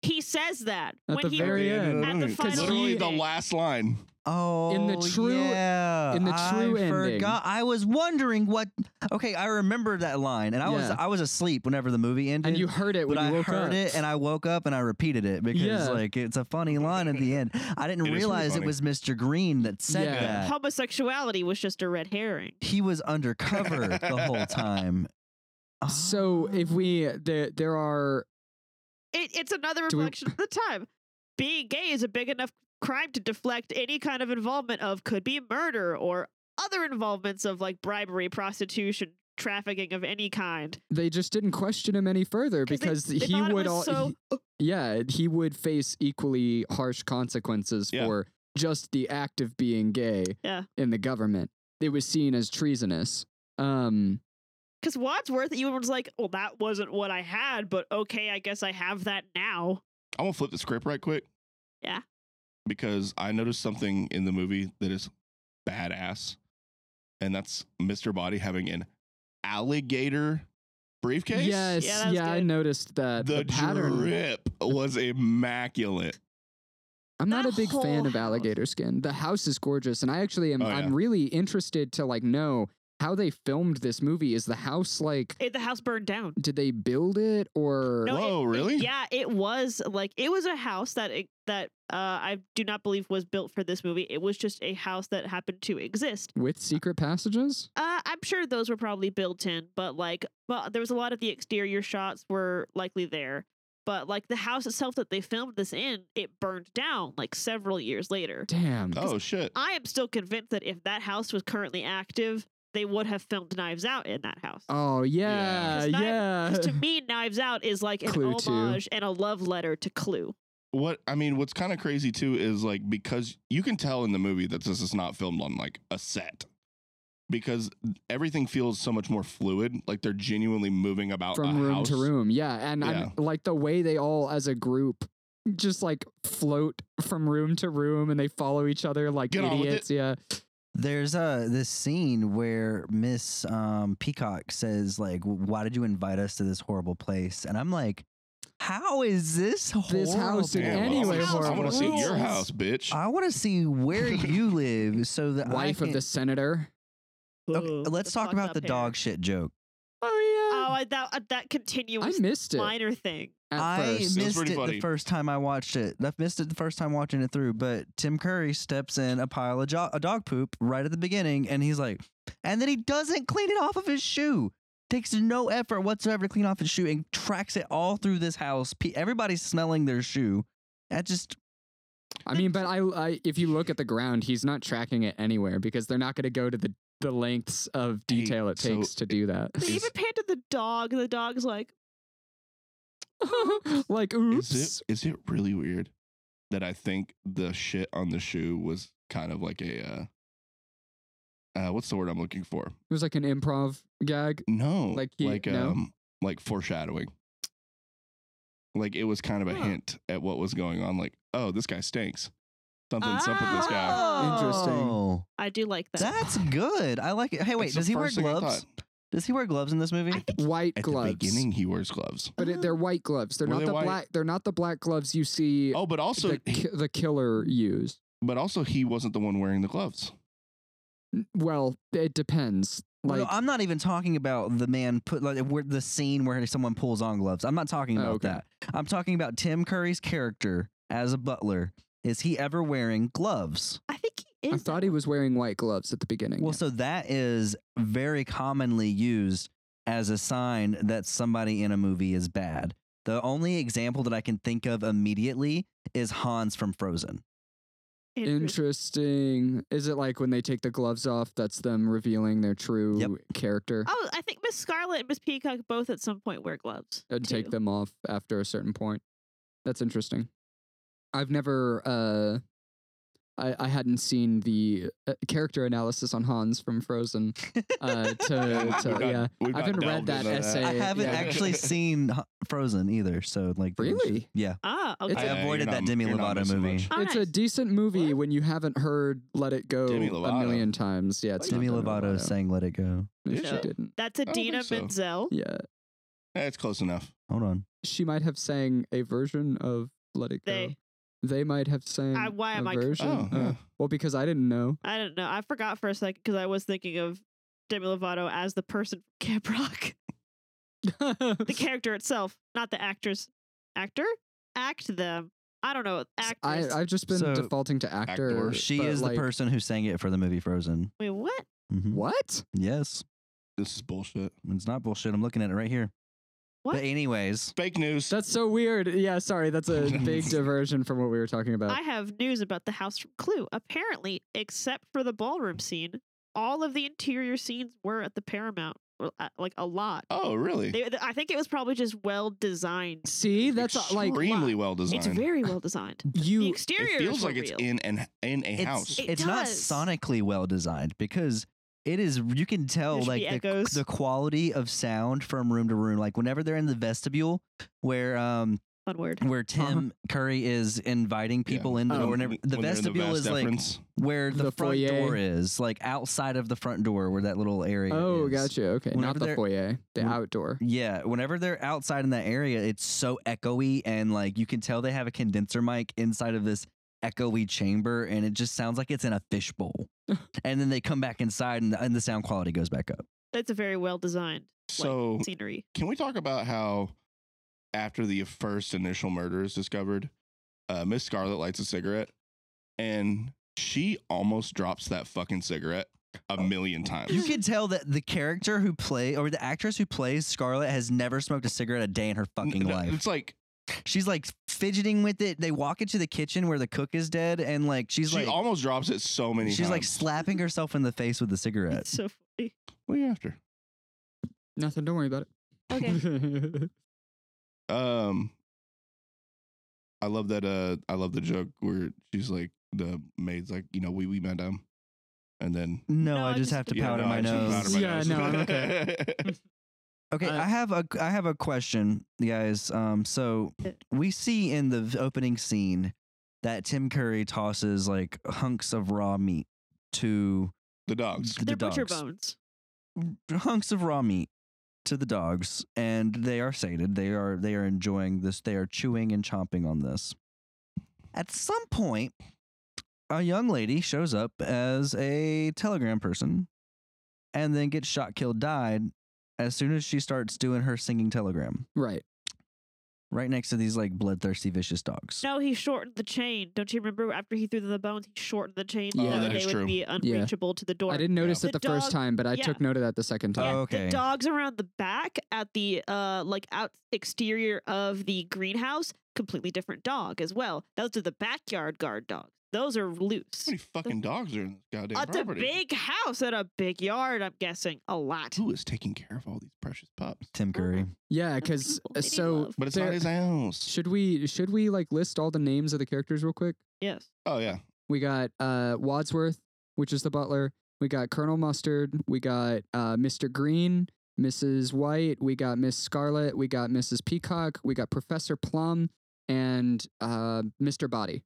D: He says that
B: At
D: when
B: the
D: he
B: very
C: At the end of
D: end. At the
C: movie.
D: final
C: literally the
D: ending.
C: last line
A: Oh,
B: the true-
A: yeah.
B: in the true
A: I
B: ending.
A: forgot. I was wondering what. Okay, I remember that line, and I was
B: Yeah.
A: I was asleep whenever the movie ended.
B: and you heard it
A: but
B: when
A: I
B: you woke
A: heard
B: up.
A: it, and I woke up and I repeated it because
B: Yeah.
A: like it's a funny line at the end. I didn't
C: It is pretty
A: realize it
C: funny.
A: was Mr. Green that said
B: Yeah.
A: that.
D: Homosexuality was just a red herring.
A: He was undercover the whole time. Ah.
B: so if we there there are
D: It, it's another
B: Do we-
D: reflection of the time. Being gay is a big enough crime to deflect any kind of involvement of could be murder or other involvements of like bribery, prostitution, trafficking of any kind.
B: they just didn't question him any further
D: 'Cause they-
B: because
D: they
B: he
D: thought it
B: would all
D: was so-
B: he- yeah he would face equally harsh consequences
C: Yeah.
B: for just the act of being gay
D: Yeah.
B: in the government it was seen as treasonous um
D: Because Wadsworth, even was like, well, that wasn't what I had, but okay, I guess I have that now.
C: I'm gonna flip the script right quick.
D: Yeah.
C: Because I noticed something in the movie that is badass, and that's Mr. Body having an alligator briefcase.
B: yes
D: Yeah,
B: yeah,
D: that was
B: i
D: good.
B: noticed that the,
C: The
B: pattern
C: drip was immaculate.
B: i'm not
D: That
B: a big fan
D: whole
B: of alligator skin the house is gorgeous and i actually am
C: Oh, yeah.
B: i'm really interested to like know how they filmed this movie is the house like
D: It, the house burned down.
B: did they build it or
D: No, it-
C: Whoa,
D: it-
C: really?
D: yeah, it was like it was a house that it, that uh, I do not believe was built for this movie. It was just a house that happened to exist.
B: with secret passages
D: Uh, I'm sure those were probably built in, but like, well, there was a lot of the exterior shots were likely there, but like the house itself that they filmed this in, it burned down like several years later.
B: damn
C: Oh shit.
D: I am still convinced that if that house was currently active, they would have filmed Knives Out in that house.
B: Oh yeah,
C: Yeah.
D: 'Cause not-
B: yeah.
D: 'Cause to me, Knives Out is like an
B: Clue too.
D: homage and a love letter to Clue.
C: What I mean, what's kind of crazy too is like because you can tell in the movie that this is not filmed on like a set. because everything feels so much more fluid. Like they're genuinely moving about
B: from
C: a
B: room
C: house.
B: to room. Yeah, and
C: Yeah.
B: I'm like the way they all as a group just like float from room to room and they follow each other like
C: Get on with
B: idiots. Yeah,
A: There's uh this scene where Miss um, Peacock says like, "Why did you invite us to this horrible place?" And I'm like, "How is this horrible?
B: This house in
C: Damn,
B: any
C: I wanna-
B: way
C: I want
B: horrible.
C: to see your
D: Rules.
C: house, bitch.
A: I want to see where you live so that
B: wife
A: I
B: of
A: can-
B: the senator.
A: Okay,
D: Ooh,
A: let's
D: the
A: talk
D: fucked
A: about
D: up
A: the
D: hair.
A: dog shit joke.
B: Oh
D: Oh, I, that uh, that
B: I
D: continuous
B: missed it
D: minor thing.
B: at
A: I
B: first.
C: It was
A: missed it
C: pretty
A: the
C: funny.
A: first time I watched it. I missed it the first time watching it through. But Tim Curry steps in a pile of jo- a dog poop right at the beginning, and he's like, and then he doesn't clean it off of his shoe. Takes no effort whatsoever to clean off his shoe and tracks it all through this house. Pe- Everybody's smelling their shoe. That just
B: I mean, but I, I if you look at the ground, he's not tracking it anywhere because they're not going to go to the the lengths of
C: Hey,
B: detail it
C: so
B: takes to do that.
D: They
C: Is-
D: even panted the dog, and the dog's like,
B: like,
C: Is
B: oops.
C: it is it really weird that I think the shit on the shoe was kind of like a uh, uh what's the word I'm looking for?
B: It was like an improv gag.
C: No,
B: Like he- no?
C: um, like foreshadowing. Like it was kind of a
D: Huh.
C: hint at what was going on. Like, oh, this guy stinks. Something's up with this
B: Ah,
C: guy.
B: Interesting.
A: Oh,
D: I do like that.
A: that's good. I like it. Hey, wait,
C: That's the
A: does he wear
C: first thing I
A: gloves?
C: thought.
A: Does he wear gloves in this movie?
D: I think
B: White
C: At
B: gloves.
C: the beginning, he wears gloves.
B: But it, they're white gloves. They're
C: Were
B: not
C: they
B: the
C: white?
B: black. They're not the black gloves you see.
C: Oh, but also,
B: the, ki- the killer used.
C: but also, he wasn't the one wearing the gloves.
B: N- Well, it depends.
A: Well,
B: Like,
A: no, I'm not even talking about the man put like where the scene where someone pulls on gloves. I'm not talking
B: Oh,
A: about
B: okay.
A: that. I'm talking about Tim Curry's character as a butler. Is he ever wearing gloves?
D: I think he is.
B: I thought he was wearing white gloves at the beginning.
A: Well, so that is very commonly used as a sign that somebody in a movie is bad. The only example that I can think of immediately is Hans from Frozen.
B: Interesting. Is it like when they take the gloves off? That's them revealing their true
A: Yep.
B: character
D: Oh, I think Miss Scarlet and Miss Peacock both at some point wear gloves.
B: and take
D: too.
B: them off after a certain point. That's interesting. I've never. uh I, I hadn't seen the uh, character analysis on Hans from Frozen. Uh, to,
C: We've
B: to
C: not-
B: yeah,
C: we've
B: I
C: not
B: haven't read
C: delved
B: that
C: into
B: essay.
A: I haven't
B: yeah.
A: actually seen H- Frozen either, so like there's-
B: Really?
A: yeah.
D: Ah, okay.
B: It's
A: I
C: Yeah, uh, you're
A: avoided
C: not-
A: that Demi
C: you're not
A: Lovato
C: missing
A: movie.
C: much.
D: All
B: It's a
D: right.
B: decent movie
D: What?
B: when you haven't heard "Let It Go"
C: Demi
B: a
C: Lovato.
B: million times. Yeah, it's
A: Demi
B: not Demi
A: Lovato
B: Lovato.
A: sang "Let It Go."
B: No,
C: Did
B: she
D: she?
B: didn't.
D: That's
C: don't think
D: Adina
C: so.
D: Menzel.
B: Yeah,
C: Eh, it's close enough.
A: Hold on.
B: she might have sang a version of "Let It Go."
D: They-
B: They might have sang.
D: I- why am
B: a
D: I conf-
B: version.
C: Oh,
B: uh,
C: yeah.
B: well, because I didn't know.
D: I don't know. I forgot for a second because I was thinking of Demi Lovato as the person from Camp Rock, the character itself, not the actress. Actor, act them. I don't know.
B: I,
D: Actress.
B: I've just been
A: So-
B: defaulting to actor.
C: Actor.
A: She
B: but,
A: is
B: like,
A: the person who sang it for the movie Frozen.
D: Wait, what?
A: Mhm.
B: What?
A: Yes,
C: This is bullshit.
A: it's not bullshit. I'm looking at it right here.
D: What?
A: But anyways,
C: Fake news.
B: That's so weird. Yeah, sorry. That's a big diversion from what we were talking about.
D: I have news about the house from Clue. Apparently, except for the ballroom scene, all of the interior scenes were at the Paramount. Well, uh, Like a lot.
C: oh, really?
D: They, th- I think it was probably just well designed.
B: See, that's uh, like
C: extremely well designed.
D: It's very well designed. the
B: you.
D: exterior
C: it feels
D: is
C: like
D: real.
C: it's in an in a
A: it's
C: house.
D: It
A: it's not
D: does.
A: sonically well designed because it is. You can tell
D: There should
A: like
D: be
A: the,
D: echoes.
A: the quality of sound from room to room. Like whenever they're in the vestibule, where um
D: Fun word.
A: where
B: Uh-huh.
A: Tim Curry is inviting
C: Yeah.
A: people in the
B: Oh,
A: door,
C: When-
A: whenever, the
C: when they're in
A: vestibule
C: vast
A: is um, like
C: deference.
A: where the,
B: The
A: front
B: foyer.
A: door is, like outside of the front door, where that little area.
B: Oh,
A: is.
B: gotcha. Okay,
A: Whenever
B: not the
A: they're-
B: foyer, the
A: when-
B: outdoor.
A: Yeah, whenever they're outside in that area, it's so echoey and like you can tell they have a condenser mic inside of this echoey chamber and it just sounds like it's in a fishbowl. and then they come back inside and the, and the sound quality goes back up.
D: That's a very well designed
C: So
D: scenery.
C: Can we talk about how after the first initial murder is discovered, uh, Miss Scarlet lights a cigarette and she almost drops that fucking cigarette a million times.
A: Oh. You can tell that the character who play or the actress who plays Scarlet has never smoked a cigarette a day in her fucking
C: N- no,
A: life.
C: It's like
A: She's like fidgeting with it. They walk into the kitchen where the cook is dead and like she's
C: she
A: like
C: almost drops it so many
A: she's
C: times.
A: like slapping herself in the face with the cigarette.
D: It's so funny.
C: what are you after?
B: Nothing. Don't worry about it. Okay.
C: Um I love that uh I love the joke where she's like the maid's like, you know, we we madame. and then
B: Mm,
A: No,
D: No,
A: I just have to
D: Yeah,
A: powder
D: no,
A: my
D: I just
A: nose.
D: powder
B: my Yeah, nose. no, I'm okay.
A: Okay,
B: Uh,
A: I have a I have a question, guys. Um, so
D: Yeah.
A: we see in the v- opening scene that Tim Curry tosses like hunks of raw meat to
C: the dogs.
A: The
D: They're butcher
A: dogs.
D: bones.
A: hunks of raw meat to the dogs, and they are sated. They are they are enjoying this. They are chewing and chomping on this. At some point, a young lady shows up as a telegram person, and then gets shot, killed, died. As soon as she starts doing her singing telegram,
B: Right.
A: right next to these like bloodthirsty, vicious dogs.
D: No, he shortened the chain. Don't you remember after he threw them the bones, he shortened the chain
B: Yeah,
D: so
B: that
D: they
C: is
D: would
C: true.
D: be unreachable to the door.
B: I didn't notice
D: Yeah.
B: it the,
D: The
B: first
D: dog-
B: time, but I
D: yeah.
B: took note of that the second
A: Oh,
B: time.
D: Yeah,
A: okay.
D: the dogs around the back at the uh like out exterior of the greenhouse, completely different dog as well. Those are the backyard guard dogs. Those are loose.
C: How many fucking dogs are in this goddamn
D: It's a
C: property?
D: big house and a big yard, I'm guessing. A lot.
C: Who is taking care of all these precious pups?
A: Tim Curry.
B: Yeah, because uh,
D: That's people. They need
B: so
D: love.
C: But it's
B: there-
C: not his house.
B: should we should we like list all the names of the characters real quick?
D: Yes.
C: Oh yeah,
B: We got uh, Wadsworth, which is the butler. We got Colonel Mustard. We got uh, Mr. Green, Mrs. White. We got Miss Scarlet. We got Mrs. Peacock. We got Professor Plum and uh, Mr. Body.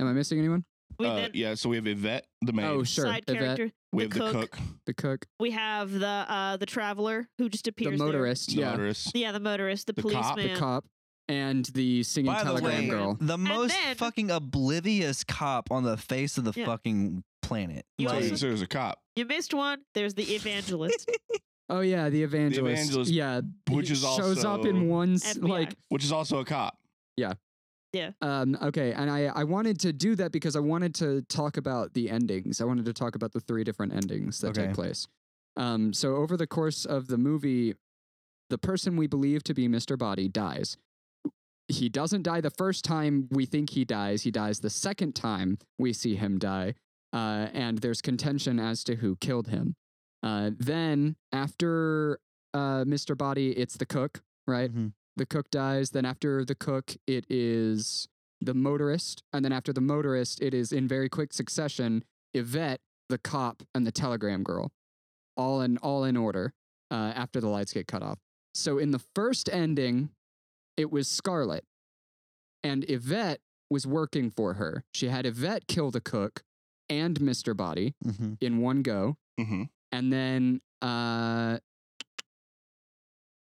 B: Am I missing anyone?
D: We
C: Uh,
D: then
C: yeah. So we have Yvette, the maid.
B: Oh, sure.
D: side
B: Yvette,
D: character.
C: we
D: the
C: have
D: cook.
C: the cook,
B: the cook,
D: We have the uh the traveler who just
B: the
D: appears. there.
B: motorist,
C: the
B: yeah,
C: motorist.
D: Yeah, the motorist, the,
C: The cop.
D: policeman.
C: The
B: the cop, and the singing
A: By the
B: telegram
A: way,
B: girl.
A: The most
D: then-
A: fucking oblivious cop on the face of the
D: Yeah.
A: fucking planet.
D: You
C: So
A: Like,
D: also-
C: there's- there's a cop,
D: You missed one. There's the evangelist.
B: Oh yeah, the evangelist.
C: evangelist,
B: yeah,
C: which
B: he
C: is
B: shows up
C: also-
B: in one s-
D: FBI.
B: like
C: which is also a cop.
B: Um, okay, and I, I wanted to do that because I wanted to talk about the endings. I wanted to talk about the three different endings that
A: Okay.
B: take place. Um, so over the course of the movie, the person we believe to be Mr. Body dies. He doesn't die the first time we think he dies. He dies the second time we see him die, uh, and there's contention as to who killed him. Uh, then after uh, Mr. Body, it's the cook, right?
A: mhm.
B: the cook dies. Then after the cook, it is the motorist, and then after the motorist, it is in very quick succession Yvette, the cop, and the telegram girl, all in all in order. Uh, after the lights get cut off, so in the first ending, it was Scarlet, and Yvette was working for her. She had Yvette kill the cook and Mister Body
A: Mhm.
B: in one go
C: hmm
B: and then uh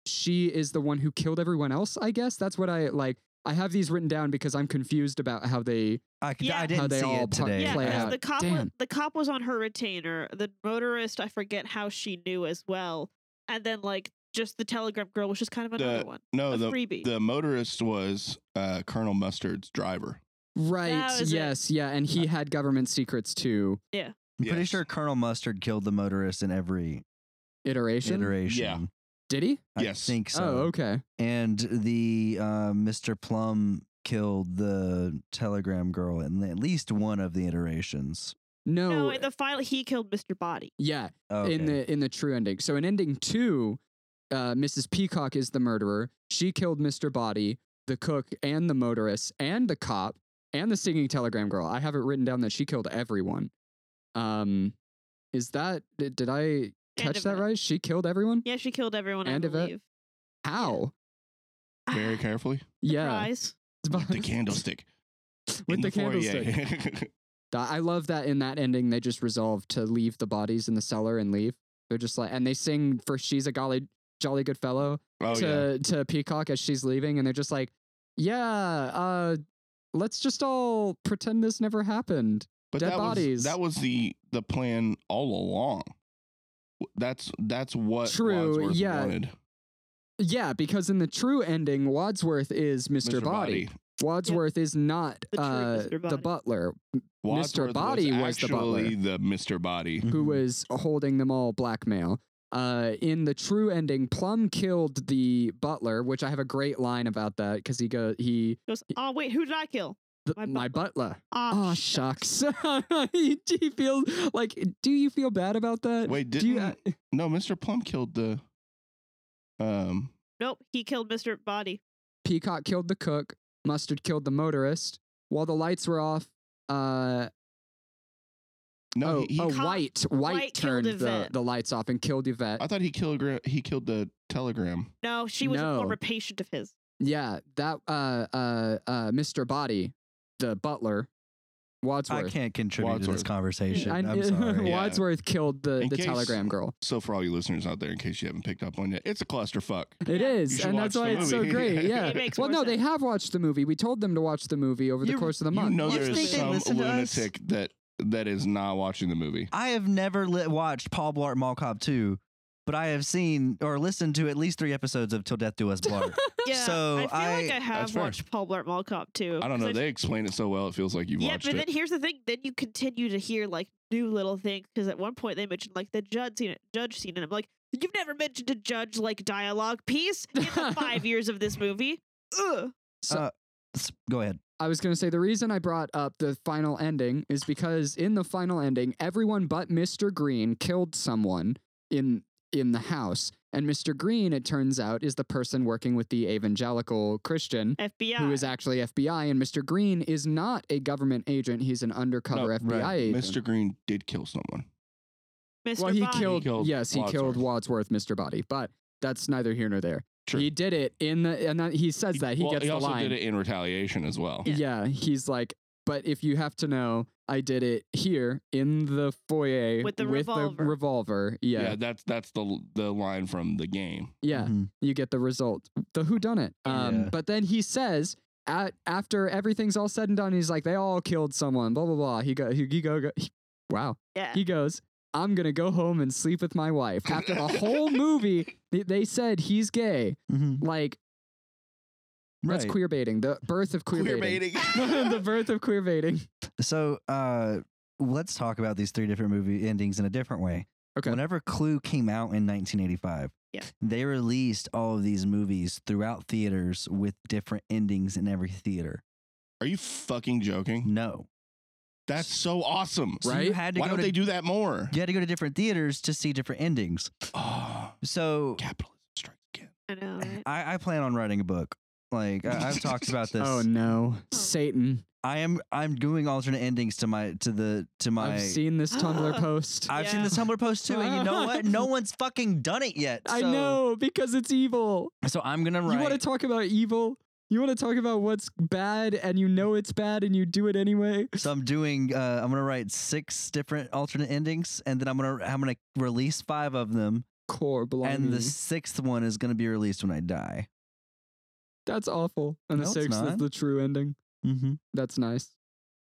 B: she is the one who killed everyone else i guess that's what i like i have these written down because i'm confused about how they
A: I, c-
D: Yeah.
A: I
D: How
A: didn't
B: they
A: see
B: all
A: it
B: pla-
A: today.
D: yeah,
B: play
D: because
B: out.
D: the cop was,
B: Damn.
D: the cop was on her retainer. The motorist, I forget how she knew as well. And then like just the telegram girl was just kind of
C: The-
D: another one,
C: No,
D: a
C: the
D: freebie.
C: the motorist was uh, Colonel Mustard's driver.
B: right
D: was it.
B: yes yeah and he had government secrets too
A: I'm pretty
C: Yes.
A: sure Colonel Mustard killed the motorist in every
B: iteration
A: iteration.
C: Yeah.
B: did he
A: I
C: Yes.
A: think so.
B: oh okay
A: And the uh, Mr. Plum killed the telegram girl in at least one of the iterations.
B: no,
D: no, in the final, he killed Mr. Body.
B: yeah
A: Okay.
B: in the in the true ending. So in ending two, uh, Mrs. Peacock is the murderer. She killed Mr. Body, the cook, and the motorist, and the cop, and the singing telegram girl. I have it written down that she killed everyone. Um, is that did, did I catch that
D: Yvette.
B: right? She killed everyone.
D: Yeah, she killed everyone.
B: And
D: I
B: Yvette.
D: believe.
B: How? Ah.
C: Very carefully.
B: Yeah,
D: Surprise.
C: With the candlestick.
B: with
C: in
B: the
C: foyer.
B: candlestick. Th- I love that in that ending they just resolve to leave the bodies in the cellar and leave. They're just like, and they sing for "She's a Golly Jolly Good Fellow,"
C: oh yeah.
B: to to Peacock as she's leaving, and they're just like, "Yeah, uh, let's just all pretend this never happened."
C: But
B: dead
C: that
B: bodies.
C: was that was the the plan all along. That's that's what
B: True,
C: Wadsworth
B: yeah.
C: wanted.
B: Yeah, because in the true ending, Wadsworth is Mr. Body. Wadsworth is not
D: The true
B: uh,
D: Mr.
B: the
D: Body.
B: butler
C: Wadsworth
B: Body was the butler.
C: actually the Mr. Body.
B: who
A: Mhm.
B: was holding them all blackmail. Uh, in the true ending, Plum killed the butler, which I have a great line about that because he go he
D: Goes. Oh wait, who did I kill?
B: th-
D: My
B: my butler.
D: Ah,
B: Oh
D: shucks.
B: shucks, he, he feels like. Do you feel bad about that?
C: Wait,
B: do you? uh,
C: didn't- No, Mr. Plum killed the um
D: Nope, he killed Mr. Body.
B: Peacock killed the cook. Mustard killed the motorist. While the lights were off, uh,
C: No,
B: oh,
C: he, he-
B: oh,
D: Caught-
B: White, White,
D: White killed
B: turned the,
D: Yvette.
B: the lights off and killed Yvette.
C: I thought he killed gra- he killed the telegram.
D: No, she was
B: No.
D: a former patient of his.
B: yeah, that uh uh uh Mr. Body, the butler, Wadsworth.
A: I can't contribute to this
C: Wadsworth.
A: conversation.
B: I-
A: I, am sorry.
C: Yeah.
B: Wadsworth killed the,
C: In
B: the
C: case-
B: telegram girl.
C: So for all you listeners out there, in case you haven't picked up on it, it's a clusterfuck.
B: It
D: Yeah.
B: is,
C: You should
B: and that's
C: watch
B: why
C: the
B: it's so
C: movie.
B: great. Yeah.
D: It makes
B: well,
D: more
B: no, they
D: sense.
B: have watched the movie. We told them to watch the movie over the
A: You-
B: course of the
C: You
B: month.
C: know
A: You
C: there
D: think
C: is
D: they
C: some
A: listen to us?
C: lunatic that that is not watching the movie.
A: I have never li- watched Paul Blart Mall Cop 2, but I have seen or listened to at least three episodes of Till Death Do Us Part.
D: Yeah,
A: So
D: I feel like
A: I-
D: I have
C: fair.
D: watched Paul Blart Mall Cop too.
C: I don't
D: Oh, 'cause
C: know.
D: I've-
C: They explain it so well, it feels like you've
D: yeah,
C: watched
D: but
C: it.
D: then here's the thing. Then you continue to hear like new little things because at one point they mentioned like the judge scene, judge scene, and I'm like, you've never mentioned a judge like dialogue piece in the five years of this movie. Ugh.
B: So-
A: Uh, s- go ahead.
B: I was going to say the reason I brought up the final ending is because in the final ending, everyone but Mr. Green killed someone in in the house, and Mr. Green, it turns out, is the person working with the evangelical Christian
D: FBI.
B: who is actually FBI, and Mr. Green is not a government agent; he's an undercover
C: No,
B: FBI
C: right.
B: agent.
C: Mr. Green did kill someone.
D: Mr.
B: Well, he
D: Body.
B: killed,
C: He killed
B: Yes, he killed Wadsworth, Mr. Body, but that's neither here nor there.
C: True.
B: He did it in the, and that, he says that he
C: well,
B: gets
C: he
B: the
C: also
B: line.
C: did it in retaliation as well.
D: Yeah.
B: Yeah, he's like, but if you have to know, I did it here in the foyer
D: With the revolver."
B: revolver. Yeah, yeah, Mm-hmm.
C: that's that's the the line from the game.
A: Mhm.
B: you get the result. The who done it. Um,
A: Yeah.
B: But then he says. At, after everything's all said and done, he's like, "They all killed someone." Blah blah blah. He go, he, he go, go he- wow.
D: Yeah.
B: He goes, "I'm gonna go home and sleep with my wife." After the whole movie, they, they said he's gay.
A: Mhm.
B: Like that's
A: Right.
B: queer baiting. The birth of queer, baiting. the birth of queer baiting.
A: So uh, let's talk about these three different movie endings in a different way.
B: Okay.
A: Whenever Clue came out in 1985,
D: Yeah.
A: they released all of these movies throughout theaters with different endings in every theater.
C: Are you fucking joking?
A: No.
C: That's so awesome.
A: So you
B: Right?
A: had to
C: Why
A: go
C: don't
A: to,
C: they do that more?
A: you had to go to different theaters to see different endings.
C: Oh,
A: So
C: capitalism strikes again.
D: I know. Right?
A: I, I plan on writing a book. Like I, I've talked about this.
B: Oh no, Satan!
A: I am I'm doing alternate endings to my to the to my
B: I've seen this Tumblr post.
A: I've seen
D: Yeah.
A: this Tumblr post too, and you know what? No one's fucking done it yet.
B: I
A: so-
B: know because it's evil.
A: So I'm gonna
B: You
A: write.
B: want to talk about evil? You want to talk about what's bad, and you know it's bad, and you do it anyway.
A: so I'm doing. Uh, I'm gonna write six different alternate endings, and then I'm gonna I'm gonna release five of them,
B: Core blimey.
A: and the sixth one is gonna be released when I die.
B: that's awful. And
A: No,
B: the
A: it's
B: sixth is
A: not.
B: the true ending.
A: Mm-hmm.
B: That's nice.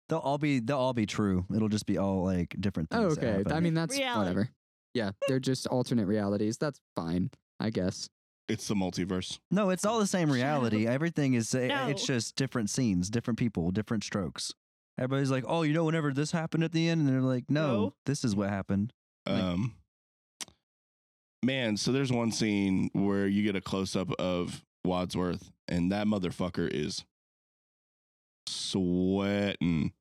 A: They'll all be they'll all be true. It'll just be all like different things.
B: Oh,
A: that
B: okay.
A: happen.
B: I mean, that's
D: Reality.
B: whatever. Yeah, they're just alternate realities. That's fine, I guess.
C: It's the multiverse.
A: no, it's all the same
D: Shut up.
A: reality. Everything is uh,
D: No.
A: it's just different scenes, different people, different strokes. Everybody's like, oh, you know, whenever this happened at the end, and they're like, no.
D: No.
A: this is what happened. Like-
C: Um, man, so there's one scene where you get a close up of Wadsworth, and that motherfucker is sweating.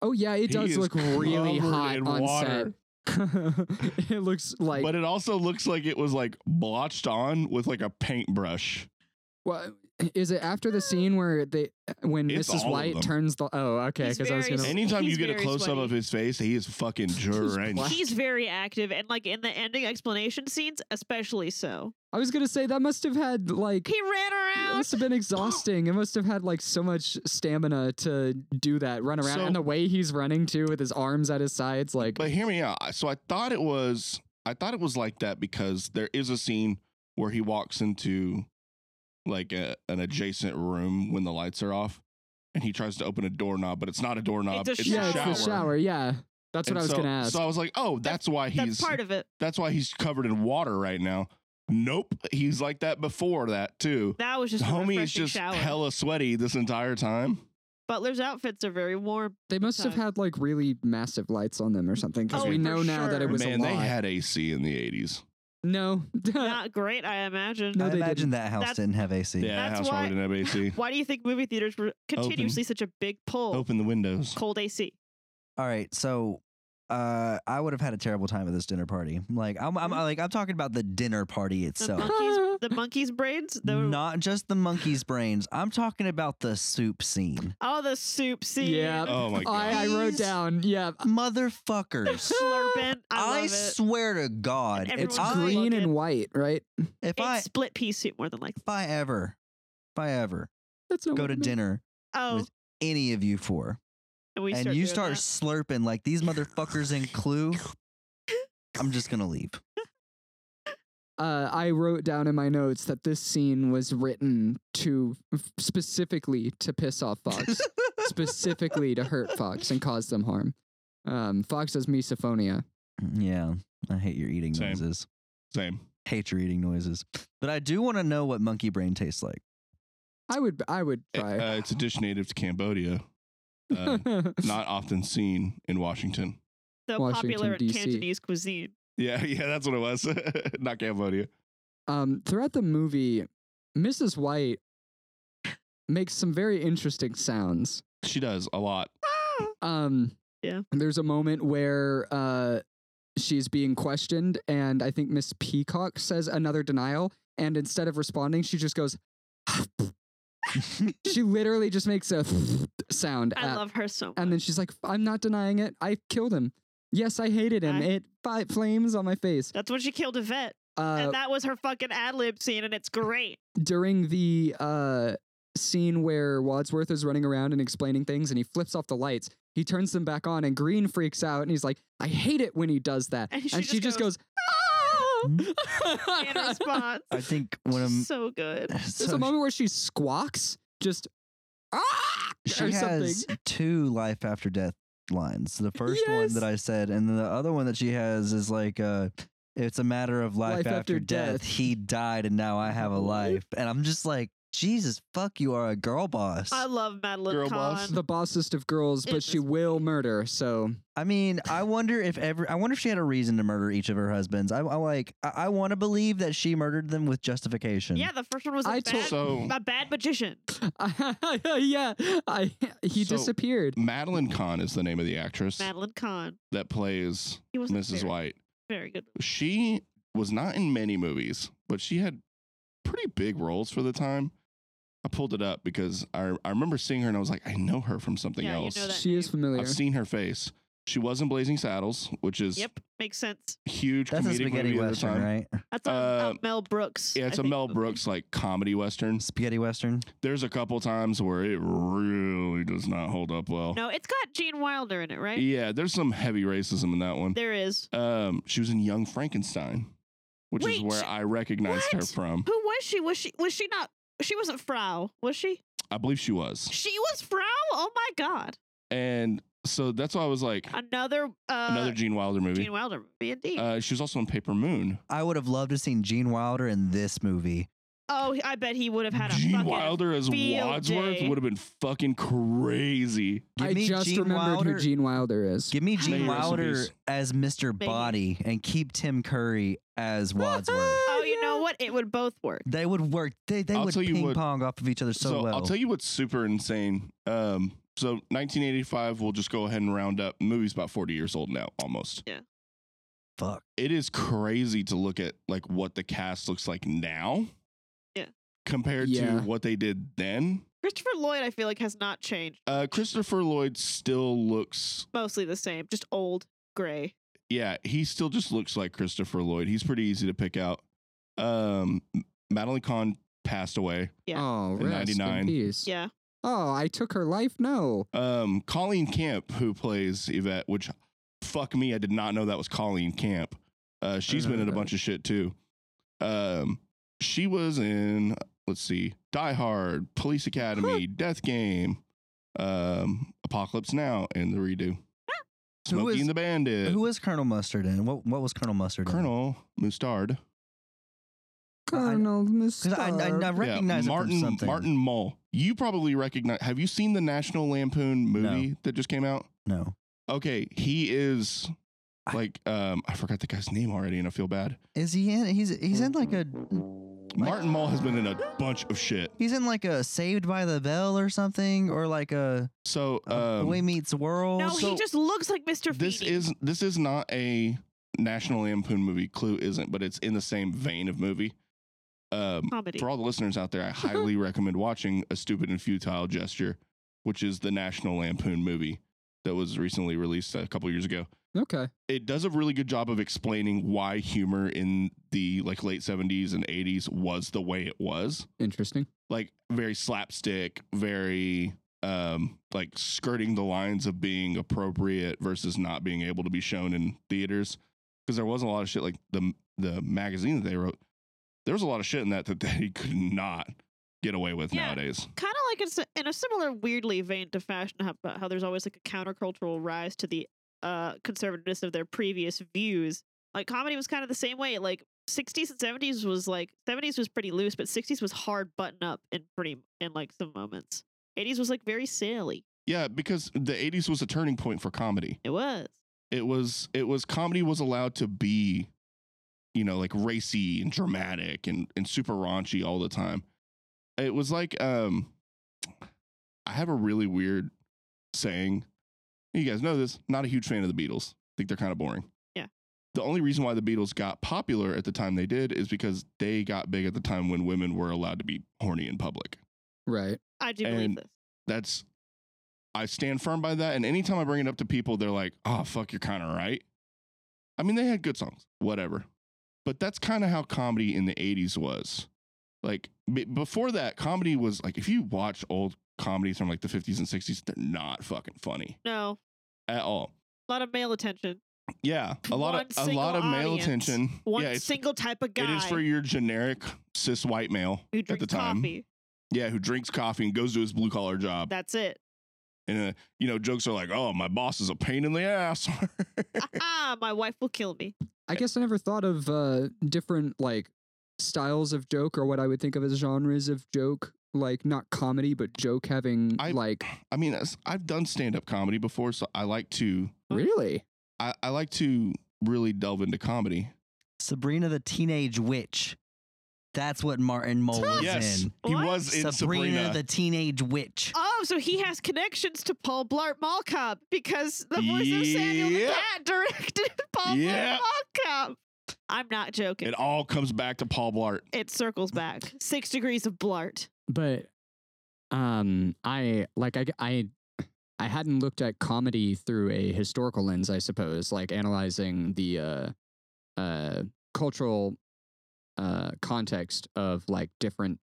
B: Oh yeah, it
C: He
B: does
C: is
B: look really
C: covered
B: hot
C: in
B: on
C: water.
B: set. it looks like
C: but it also looks like it was like blotched on with like a paintbrush.
B: Well, is it after the scene where they when
C: It's all
B: Mrs.
C: of
B: White
C: them.
B: turns the oh okay
D: He's
B: because I was
D: very
B: gonna
D: sweet.
C: Anytime you
D: He's
C: get a
D: very
C: close up
D: sweaty.
C: of his face, he is fucking
B: black.
C: drenched.
D: He's very active, and like in the ending explanation scenes, especially so.
B: I was gonna say that must have had like
D: He ran
B: it
D: around.
B: must have been exhausting. It must have had like so much stamina to do that run around
C: So-
B: and the way he's running too with his arms at his sides like
C: But hear me out. So I thought it was I thought it was like that because there is a scene where he walks into like a, an adjacent room when the lights are off and he tries to open a doorknob, but it's not a doorknob.
D: It's a
B: yeah it's the
D: shower.
B: shower yeah that's what
C: And
B: I was
C: so,
B: gonna ask
C: So I was like, oh, that's why he's
D: That's part of it.
C: that's why he's covered in water right now. Nope. He's like that before that too.
D: That was just a
C: Homie is
D: refreshing
C: just
D: shower.
C: hella sweaty this entire time.
D: Butler's outfits are very warm.
B: they must have
D: sometimes.
B: had like really massive lights on them or something because
D: Oh,
B: we
D: for
B: know now that it
D: sure.
B: was
C: Man,
B: a lot
C: they had AC in the 80s.
B: no
D: Not great, I imagine.
B: No,
A: I
B: they
A: imagine that house
D: That's-
A: didn't have AC.
C: Yeah,
D: That's
C: house probably didn't
D: why-
C: have AC.
D: Why do you think movie theaters were continuously such a big pull?
C: Open the windows.
D: Cold AC.
A: All right, so uh, I would have had a terrible time at this dinner party. Like I'm, I'm like I'm talking about the dinner party
D: Mm-hmm. The
A: itself.
D: monkeys the monkey's brains. The,
A: Not just the monkey's brains. I'm talking about the soup scene.
D: all Oh, the soup scene.
B: Yeah.
C: Oh my god.
B: I, I wrote
A: Please.
B: down. Yeah.
A: Motherfuckers.
D: Slurping. I,
A: I,
D: love it.
A: swear to God,
D: And
A: if
B: It's
D: Everyone
A: I,
B: green
D: look at-
B: and white, right?
A: if I
D: it's split pea soup more than likely.
A: if I ever if I ever
B: That's not
A: go
B: what
A: to
B: I meant.
A: dinner,
D: Oh,
A: With- any of you four,
D: and, we
A: and
D: start
A: you
D: doing
A: start
D: that.
A: slurping like these motherfuckers in Clue, I'm just gonna leave.
B: uh, I wrote down in my notes that this scene was written to specifically to piss off Fox, specifically to hurt Fox and cause them harm. Um, Fox has misophonia.
A: Mm, Yeah, I hate your eating
C: Same.
A: noises.
C: Same.
A: Hate your eating noises. But I do want to know what monkey brain tastes like.
B: I would, I would
C: Uh,
B: try.
C: uh, it's a dish native to Cambodia. Uh, not often seen in Washington.
D: so
B: Washington,
D: popular in
B: DC.
D: Cantonese cuisine.
C: Yeah, yeah, that's what it was. Not Cambodia.
B: um, throughout the movie, Mrs. White makes some very interesting sounds.
C: She does a lot.
B: Um,
D: Yeah.
B: There's a moment where uh, she's being questioned, and I think Miss Peacock says another denial, and instead of responding, she just goes. she literally just makes a sound,
D: I
B: at-
D: love her so much.
B: and then she's like, "I'm not denying it. I killed him. Yes, I hated him.
D: I-
B: it fi- flames on my face."
D: That's when she killed a vet,
B: Uh,
D: and that was her fucking ad lib scene, and it's great.
B: during the uh, scene where Wadsworth is running around and explaining things and he flips off the lights, he turns them back on and Green freaks out and he's like, I hate it when he does that.
D: And she
B: she just
D: just
B: goes, "Ah!"
D: In response,
A: I think when I'm
D: so good.
B: There's a
A: so
B: moment where she squawks, just, ah!
A: she
B: or
A: has
B: something.
A: two life after death lines. The first one
B: Yes.
A: that I said, and then the other one that she has is like, uh, it's a matter of life,
B: Life
A: after,
B: after
A: death.
B: death. Mm-hmm.
A: He died, and now I have a life. And I'm just like, Jesus, fuck, you are a girl boss.
D: I
A: I,
D: love Madeline
C: Girl
D: Kahn.
C: boss.
B: The bossest of girls,
D: It
B: but she
D: was-
B: will murder. So
A: mean, I wonder if ever, I wonder if she had a reason to murder each of her husbands. I, I like, I, I want to believe that she murdered them with justification.
D: Yeah, the first one was a
B: I
D: bad,
B: told-
C: So
D: a bad magician.
B: yeah, I, he
C: So-
B: disappeared.
C: Madeline Kahn is the name of the actress
D: Madeline Kahn.
C: that plays
D: He was
C: Mrs.
D: very,
C: White.
D: Very good.
C: She was not in many movies, but she had pretty big roles for the time. I pulled it up because I, I remember seeing her and I was like, I know her from something
D: Yeah, you
C: else.
D: know that
B: She is
D: name.
B: familiar.
C: I've seen her face. She was in Blazing Saddles, which is
D: Yep, makes sense.
C: huge
A: That's a
C: comedic
A: spaghetti
C: movie at the
A: western,
C: time.
A: right?
D: That's a,
C: Uh,
D: a Mel Brooks.
C: Yeah, it's
D: a
C: a Mel Brooks like comedy western.
A: Spaghetti western.
C: There's a couple times where it really does not hold up well.
D: No, it's got Gene Wilder in it, right?
C: Yeah, there's some heavy racism in that one.
D: There is.
C: Um, she was in Young Frankenstein, which is
D: Wait,
C: where I recognized her
D: what?
C: from.
D: Who was she? Was she? Was she not? She wasn't Frau, was she?
C: I believe she was.
D: She was Frau. Oh my God!
C: And so that's why I was like
D: Another uh,
C: another Gene Wilder movie.
D: Gene Wilder movie, indeed.
C: Uh, she was also in Paper Moon.
A: I would have loved to have seen Gene Wilder in this movie.
D: oh, I bet he would have had a
C: Gene
D: fucking
C: Wilder as
D: field
C: Wadsworth
D: day.
C: would have been fucking crazy.
A: Give
B: I
A: me
B: just
A: Gene
B: remembered
A: Wilder.
B: who Gene Wilder is.
A: Give me
D: May
A: Gene
C: rest
D: your
C: in
A: Wilder
C: peace.
A: as Mr.
D: May-
A: Body and keep Tim Curry as Wadsworth.
D: Oh, you know what? It would both work.
A: they would work. They they
C: I'll
A: would
C: tell you
A: ping
C: what-
A: pong off of each other so,
C: So,
A: well.
C: I'll tell you what's super insane. Um, so 1985, we'll just go ahead and round up. Movie's about 40 years old now, almost.
A: Fuck.
C: It is crazy to look at like what the cast looks like now.
D: Yeah.
C: Compared
B: Yeah.
C: to what they did then.
D: Christopher Lloyd, I feel like, has not changed.
C: Uh, Christopher Lloyd still looks,
D: Mostly the same, just old, gray.
C: yeah, he still just looks like Christopher Lloyd. He's pretty easy to pick out. Um, Madeline Kahn passed away.
D: Yeah.
B: Oh,
C: In
B: rest
C: 99.
B: in peace.
D: Yeah.
B: Oh, I took her life. No.
C: Um, Colleen Camp, who plays Yvette, which fuck me, I did not know that was Colleen Camp. Uh, she's been
B: know
C: in a
B: that.
C: bunch of shit too. Um, she was in let's see, Die Hard, Police Academy, Death Game, um, Apocalypse Now, and the
A: Who
C: redo. Smokey
A: is-
C: and the Bandit.
A: Who was Colonel Mustard in? What what was Colonel Mustard? in?
C: Colonel Mustard.
B: Colonel Mr.
A: 'Cause I, I, I recognize it from
C: Martin
A: something.
C: Martin Mull. You probably recognize. Have you seen the National Lampoon movie that just came out?
A: No.
C: Okay, he is
A: I-
C: like um I forgot the guy's name already and I feel bad.
A: Is he in? He's he's in like a Oh
C: Martin Mull has been in a bunch of shit.
A: he's in like a Saved by the Bell or something or like a,
C: So
A: a Boy
C: um,
A: Meets World.
D: No,
C: so-
D: he just looks like Mr.
C: this
D: Feeny.
C: is this is not a National Lampoon movie. Clue isn't, but it's in the same vein of movie. Um,
D: comedy.
C: for all the listeners out there, I highly recommend watching A Stupid and Futile Gesture, which is the National Lampoon movie that was recently released a couple years ago.
B: Okay.
C: It does a really good job of explaining why humor in the like late 70s and 80s was the way it was.
B: Interesting.
C: Like very slapstick, very um like skirting the lines of being appropriate versus not being able to be shown in theaters because there wasn't a lot of shit like the the magazine that they wrote. There was a lot of shit in that that they could not get away with
D: Yeah.
C: nowadays.
D: kind of like it's in a similar weirdly vein to fashion how, about how there's always like a countercultural rise to the uh conservativeness of their previous views like comedy was kind of the same way like 60s and 70s was like 70s was pretty loose but 60s was hard button up in pretty in like some moments 80s was like very silly
C: Yeah, because the 80s was a turning point for comedy.
D: it was
C: It was it was comedy was allowed to be you know like racy and dramatic and and super raunchy all the time. It was like um I have a really weird saying. You guys know this, not a huge fan of the Beatles. Think they're kind of boring.
D: Yeah.
C: The only reason why the Beatles got popular at the time they did is because they got big at the time when women were allowed to be horny in public.
B: Right.
D: i do believe
C: And-
D: this
C: that's I stand firm by that. And anytime I bring it up to people, they're like, oh fuck, you're kind of right. I mean, they had good songs, whatever. But that's kind of how comedy in the 80s was. Like b- before that, comedy was like if you watch old comedies from like the 50s and 60s, they're not fucking funny
D: no
C: at all.
D: a lot of male attention
C: Yeah, a lot
D: One
C: of a
D: single
C: lot of male
D: audience.
C: attention.
D: one
C: yeah, it's,
D: single type of
C: it
D: guy
C: is for your generic cis white male
D: who
C: at
D: drinks
C: the time.
D: coffee
C: Yeah, who drinks coffee and goes to his blue collar job.
D: that's it
C: And uh, you know, jokes are like, "Oh, my boss is a pain in the ass."
D: ah my wife will kill me
B: I guess I never thought of uh, different like styles of joke or what I would think of as genres of joke, like not comedy but joke having
C: I-
B: like
C: I mean, that's- I've done stand-up comedy before, so I like to
B: really.
C: I, I like to really delve into comedy.
A: Sabrina the Teenage Witch. That's what Martin Mull was
C: yes,
A: in.
C: he
D: What?
C: was
A: Sabrina,
C: in Sabrina.
A: the Teenage Witch.
D: Oh, so he has connections to Paul Blart Mall Cop because the voice of Samuel the
C: Yep.
D: Cat directed Paul
C: Yep.
D: Blart Mall Cop. I'm not joking.
C: it
D: It,
C: all comes back to Paul Blart.
D: circles back. Six degrees of Blart.
B: But um, I like I g- I I hadn't looked at comedy through a historical lens, I suppose, like analyzing the uh, uh, cultural uh, context of like different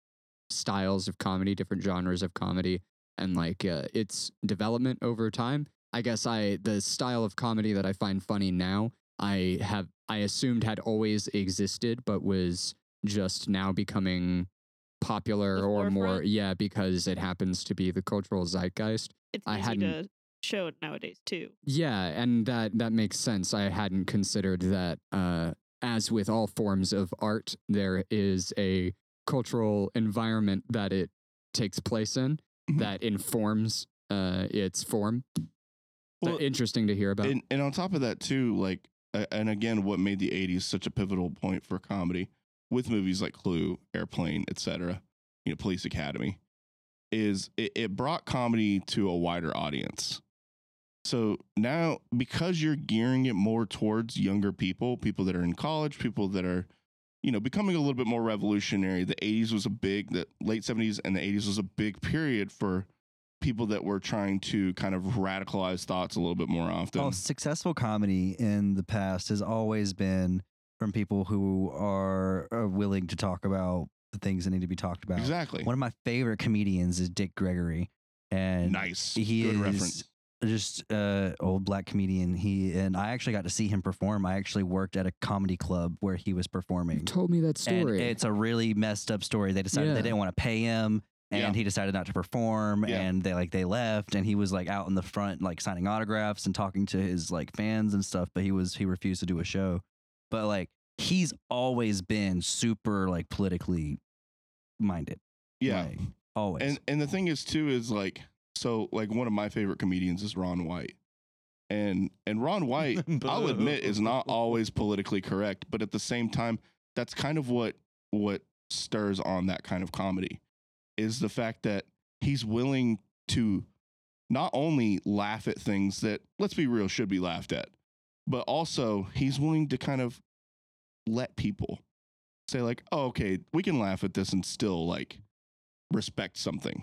B: styles of comedy, different genres of comedy, and like uh, its development over time. I guess I the style of comedy that I find funny now, I have I assumed had always existed, but was just now becoming popular
D: The
B: or more
D: forefront?
B: yeah because it happens to be the cultural zeitgeist
D: It's
B: I
D: easy
B: hadn't-
D: to show it nowadays too.
B: yeah, and that that makes sense. I hadn't considered that. Uh, as with all forms of art, there is a cultural environment that it takes place in
C: Mhm.
B: that informs uh, its form. So
C: Well,
B: interesting to hear about.
C: and, and on top of that too, like, uh, and again, what made the '80s such a pivotal point for comedy with movies like Clue, Airplane, etc., you know, Police Academy, is it, it brought comedy to a wider audience. So now, because you're gearing it more towards younger people, people that are in college, people that are, you know, becoming a little bit more revolutionary. The '80s was a big, the late '70s and the '80s was a big period for people that were trying to kind of radicalize thoughts a little bit more often.
A: Oh, successful comedy in the past has always been from people who are, are willing to talk about the things that need to be talked about.
C: Exactly.
A: One of my favorite comedians is Dick Gregory, and
C: nice.
A: he
C: Good
A: is
C: reference.
A: just uh, old black comedian. He and I actually got to see him perform. I actually worked at a comedy club where he was
B: You've
A: performing.
B: told me that
A: And
B: story.
A: it's a really messed up story. They decided
B: Yeah.
A: they didn't want to pay him, and
C: Yeah.
A: he decided not to perform,
C: Yeah.
A: and they like they left, and he was like out in the front, like signing autographs and talking to his like fans and stuff. But he was he refused to do a show. But like he's always been super like politically minded.
C: Yeah.
A: like, always.
C: And and the thing is too is like so like one of my favorite comedians is Ron White. And and Ron White, I'll admit, is not always politically correct, but at the same time, that's kind of what what stirs on that kind of comedy is the fact that he's willing to not only laugh at things that let's be real should be laughed at, but also he's willing to kind of let people say like, "Oh, okay, we can laugh at this and still like respect something."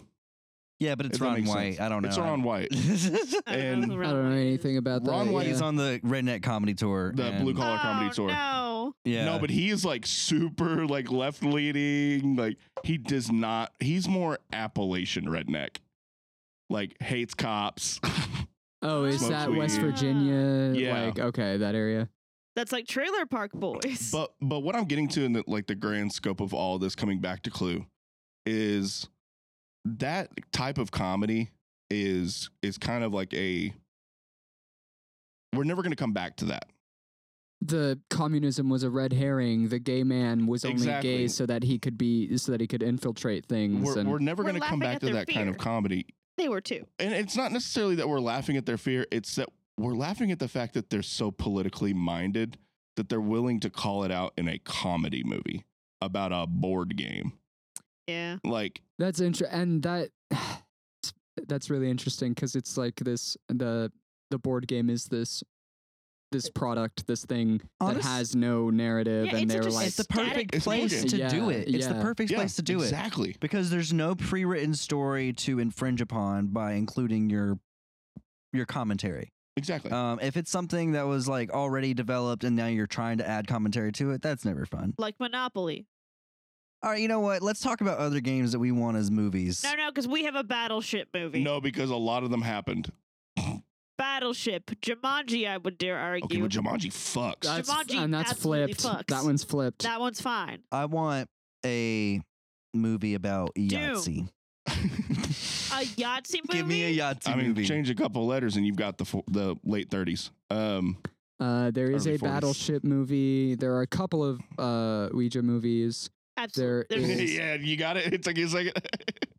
A: Yeah, but it's
C: If that
A: Ron
C: makes
A: White.
C: sense.
A: I don't know.
C: It's Ron White.
A: White.
D: I don't
C: And-
B: I don't know anything about that.
C: Ron White
A: He's
B: yeah.
A: on the redneck comedy tour.
C: The
A: and-
C: blue collar- Dollar Comedy
D: Oh,
C: Tour.
D: No.
A: Yeah.
C: No, but he is like super like left leaning. Like he does not. He's more Appalachian redneck. Like hates cops.
B: Oh, is
C: Smokes
B: that
C: weed.
B: West Virginia?
C: Yeah.
B: Like, okay, that area.
D: That's like Trailer Park Boys.
C: but but what I'm getting to in the, like the grand scope of all this, coming back to Clue, is that type of comedy is is kind of like a. We're never going to come back to that.
B: The communism was a red herring. The gay man was only
C: Exactly.
B: gay so that he could be so that he could infiltrate things.
C: We're,
B: and
C: we're never
D: We're
C: going to come
D: laughing
C: back
D: at
C: to
D: their
C: that kind of
D: fear.
C: comedy.
D: they were too.
C: and it's not necessarily that we're laughing at their fear it's that we're laughing at the fact that they're so politically minded that they're willing to call it out in a comedy movie about a board game
D: Yeah.
C: like
B: That's interesting, and that that's really interesting because it's like this the the board game is this this product this thing
A: Honest-
B: that has no narrative,
D: Yeah,
B: and
D: it's
B: they were
D: just-
B: like,
A: it's the
D: static
A: perfect
C: It's
A: place
C: working.
A: to do
B: Yeah,
A: it. It's the
B: yeah.
A: perfect
C: yeah,
A: place to do it
C: exactly
A: because there's no pre-written story to infringe upon by including your your commentary.
C: exactly
B: Uh,
A: Um, if it's something that was like already developed and now you're trying to add commentary to it, that's never fun.
D: Like Monopoly.
A: All right, you know what? Let's talk about other games that we want as movies.
D: No, no, because we have a battleship movie.
C: no because a lot of them happened
D: Battleship. Jumanji, I would dare argue.
C: okay well jumanji fucks
B: that's,
D: Jumanji
B: and that's
D: absolutely
B: flipped.
D: fucks.
B: That one's flipped.
D: that one's fine.
A: I want a movie about Yahtzee.
D: A Yahtzee movie?
A: Give me a Yahtzee
C: i mean
A: movie.
C: change a couple letters and you've got the fo- the late 30s um
B: uh, there is
C: Early
B: a
C: 40s.
B: battleship movie. There are a couple of uh, Ouija movies.
D: Absolutely.
B: There
D: There's-
B: is-
C: yeah you got it it took you a second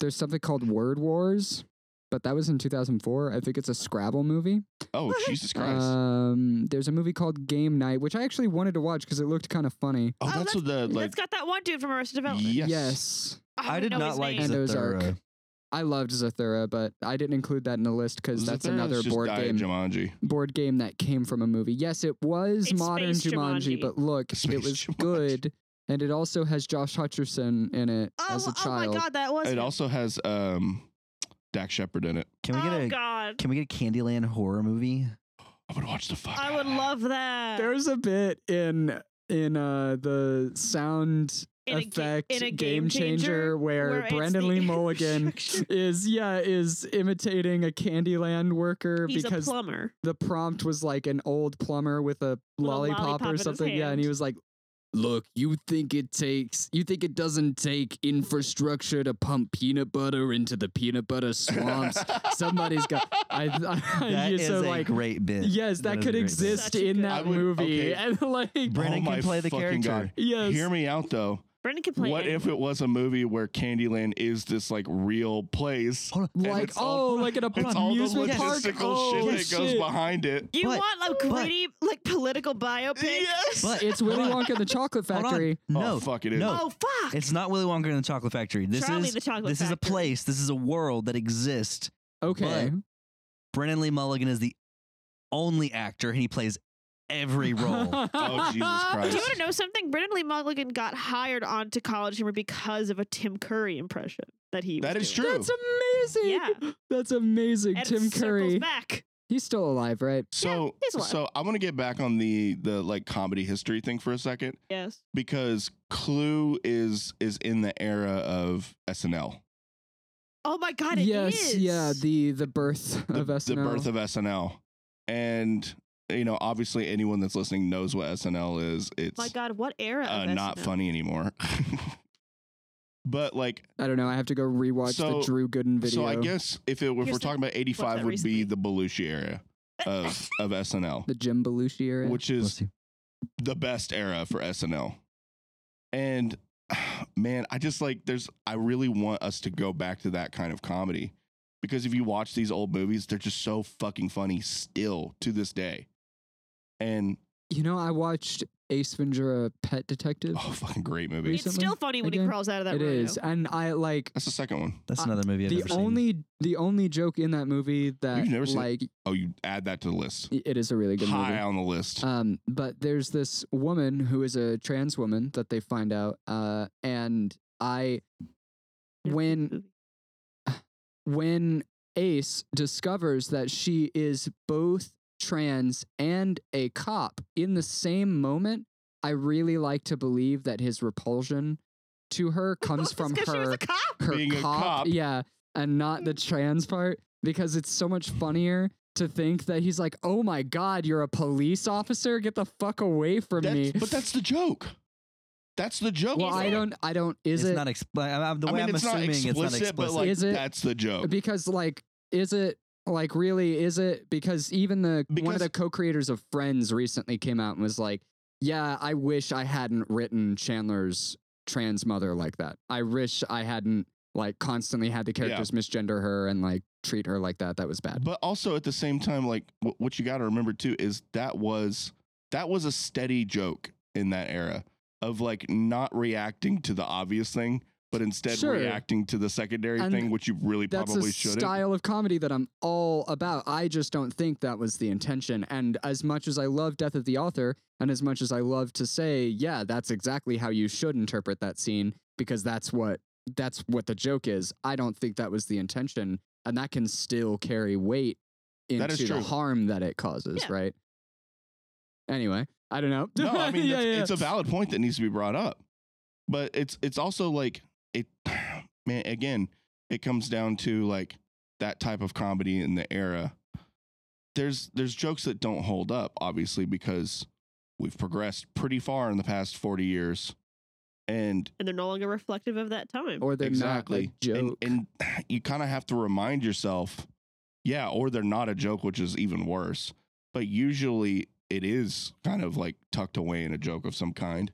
B: There's something called Word Wars, but that was in 2004. I think it's a Scrabble movie.
C: oh jesus christ
B: Um, there's a movie called Game Night, which I actually wanted to watch because it looked kind of funny.
C: oh
D: oh,
C: that's what the like
D: That's got that one dude from Arrested Development.
C: yes,
B: yes.
A: I
D: don't
A: did
D: know
A: not
D: his
A: like
D: name.
B: And those are-
A: Zathura.
B: I loved Zathura, but I didn't include that in the list because that's
C: Zathura is
B: another
C: just
B: board
C: Diet
B: game.
C: Jumanji.
B: Board game that came from a movie. Yes, it was
D: It's
B: modern
D: Space
B: Jumanji,
D: Jumanji.
B: but look,
C: Space
B: it was
C: Jumanji.
B: good, and it also has Josh Hutcherson in it as
D: Oh,
B: a
D: oh my
B: child.
D: god, that was
C: It
D: him.
C: also has um, Dak Shepard in it.
A: Can we get
D: oh
A: a
D: god.
A: Can we get a Candyland horror movie?
C: I would watch the fuck.
D: I
C: out
D: would
C: of that.
D: love that.
B: There's a bit in in uh the sound
D: In a ga-
B: effect
D: in a
B: game,
D: Game
B: changer,
D: Changer,
B: where,
D: where it's
B: Brandon
D: the
B: Lee Mulligan
D: infrastructure.
B: is yeah is imitating a Candyland worker
D: He's
B: because
D: a plumber.
B: the prompt was like an old plumber with a
D: With a
B: lollipop,
D: lollipop in
B: or
D: his
B: something. Yeah, and
D: hand.
B: he was like, "Look, you think it takes you think it doesn't take infrastructure to pump peanut butter into the peanut butter swamps? Somebody's got I, I,
A: That
B: you-
A: is
B: so
A: a
B: like
A: great bit.
B: yes, that,
A: is a great
B: could
A: bit.
B: exist
D: Such a
B: in
D: good-
B: that
C: I would-
B: movie,
C: okay.
B: and like
A: Brennan can
C: oh my
A: play the
C: fucking
A: character.
C: God.
B: yes,
C: Hear me out though.
D: Brendan can play.
C: What
D: it.
C: if it was a movie where Candyland is this like real place?
A: Hold on.
C: And
B: like
C: it's
B: oh,
C: all-
B: like an
C: It's all the
B: amusement park.
C: logistical
B: oh,
C: shit that goes
B: shit.
C: behind it.
D: you
A: But-
D: want a gritty like political biopic?
C: Yes.
A: But
B: It's Willy Wonka and the Chocolate
A: Hold on.
B: Factory.
A: No,
C: Oh, fuck, it is.
A: No,
D: Oh fuck!
A: it's not Willy Wonka and the Chocolate Factory. This
D: Charlie
A: is
D: the Chocolate
A: this is a
D: Factory.
A: place. This is a world that exists.
B: Okay,
A: Brennan Lee Mulligan is the only actor, and he plays every role.
C: Oh, Jesus
D: Do
C: Christ.
D: you want to know something? Brendan Lee Mulligan got hired onto College Humor because of a Tim Curry impression that he.
C: That
D: was
C: is
D: doing.
C: true.
B: That's amazing.
D: Yeah.
B: That's amazing.
D: And it
B: Tim
D: circles
B: Curry.
D: back.
B: He's still alive, right?
C: So
D: he's alive.
C: so I want to get back on the the like comedy history thing for a second
D: Yes.
C: because Clue is is in the era of SNL.
D: Oh my god! It is.
B: yes, yeah, the the birth
C: the,
B: of
C: the
B: SNL.
C: birth of SNL. And you know, obviously, anyone that's listening knows what SNL is. It's
D: my god, what era?
C: uh,
D: of
C: not
D: SNL?
C: funny anymore. but like,
B: I don't know. I have to go rewatch
C: So-
B: the Drew Gooden video.
C: so I guess if it, if we're
D: Here's
C: talking about '85,
D: that
C: would be
D: recently?
C: the Belushi era of of SNL,
B: the Jim Belushi era.
C: which
A: Let's
C: is
A: see.
C: the best era for SNL. And man, I just like there's I really want us to go back to that kind of comedy because if you watch these old movies, they're just so fucking funny still to this day. And
B: you know, I watched Ace Ventura Pet Detective.
C: Oh, fucking great movie.
B: Reese-
D: It's still
B: Recently,
D: funny when he
B: again,
D: crawls out of that
B: it
D: rodeo.
B: is, and I like
C: That's the second one.
A: That's
B: Uh,
A: another movie I've
B: the
A: never
B: only the only joke in that movie that
C: You've never seen it?
B: like
C: Oh, you add that to the list.
B: y- it is a really good
C: High
B: movie.
C: on the list.
B: Um, but there's this woman who is a trans woman that they find out, uh, and I
D: Yeah.
B: when when Ace discovers that she is both trans and a cop in the same moment, I really like to believe that his repulsion to her comes
D: It's
B: from
D: 'cause she was
B: her
D: a cop.
B: her
C: Being a cop.
B: yeah, and not the trans part because it's so much funnier to think that he's like, "Oh my god, you're a police officer. Get the fuck away from
C: That's-
B: me."
C: but that's the joke. That's the joke.
B: well, I don't I don't is
A: seen.
B: it
A: It's not expl- I, I, the
C: I
A: way
C: mean,
A: I'm
C: it's not
A: assuming it's
C: explicit,
A: not explicit.
C: but like
B: Is it-
C: that's the joke.
B: because like is it like really is it because even the one
C: Because-
B: of the co-creators of friends recently came out and was like yeah i wish i hadn't written chandler's trans mother like that i wish i hadn't like constantly had the characters misgender her and like treat her like that that was bad
C: But also at the same time, like wh- what you got to remember too is that was that was a steady joke in that era of like not reacting to the obvious thing, but instead
B: Sure.
C: reacting to the secondary
B: And
C: thing, which you really
B: that's
C: probably
B: a
C: shouldn't.
B: style of comedy that i'm all about i just don't think that was the intention and as much as i love death of the author and as much as i love to say yeah that's exactly how you should interpret that scene because that's what that's what the joke is i don't think that was the intention and that can still carry weight
C: That is
B: into the
C: true.
B: harm that it causes
D: Yeah.
B: right anyway i don't know
C: No, I mean
B: Yeah,
C: that's,
B: yeah.
C: it's a valid point that needs to be brought up, but it's it's also like it, man. Again, it comes down to like that type of comedy in the era. There's there's jokes that don't hold up, obviously, because we've progressed pretty far in the past forty years, and
D: and they're no longer reflective of that time.
B: or they're not
C: exactly,
B: a joke
C: and, and you kind of have to remind yourself, yeah, or they're not a joke, which is even worse. But usually, it is kind of like tucked away in a joke of some kind,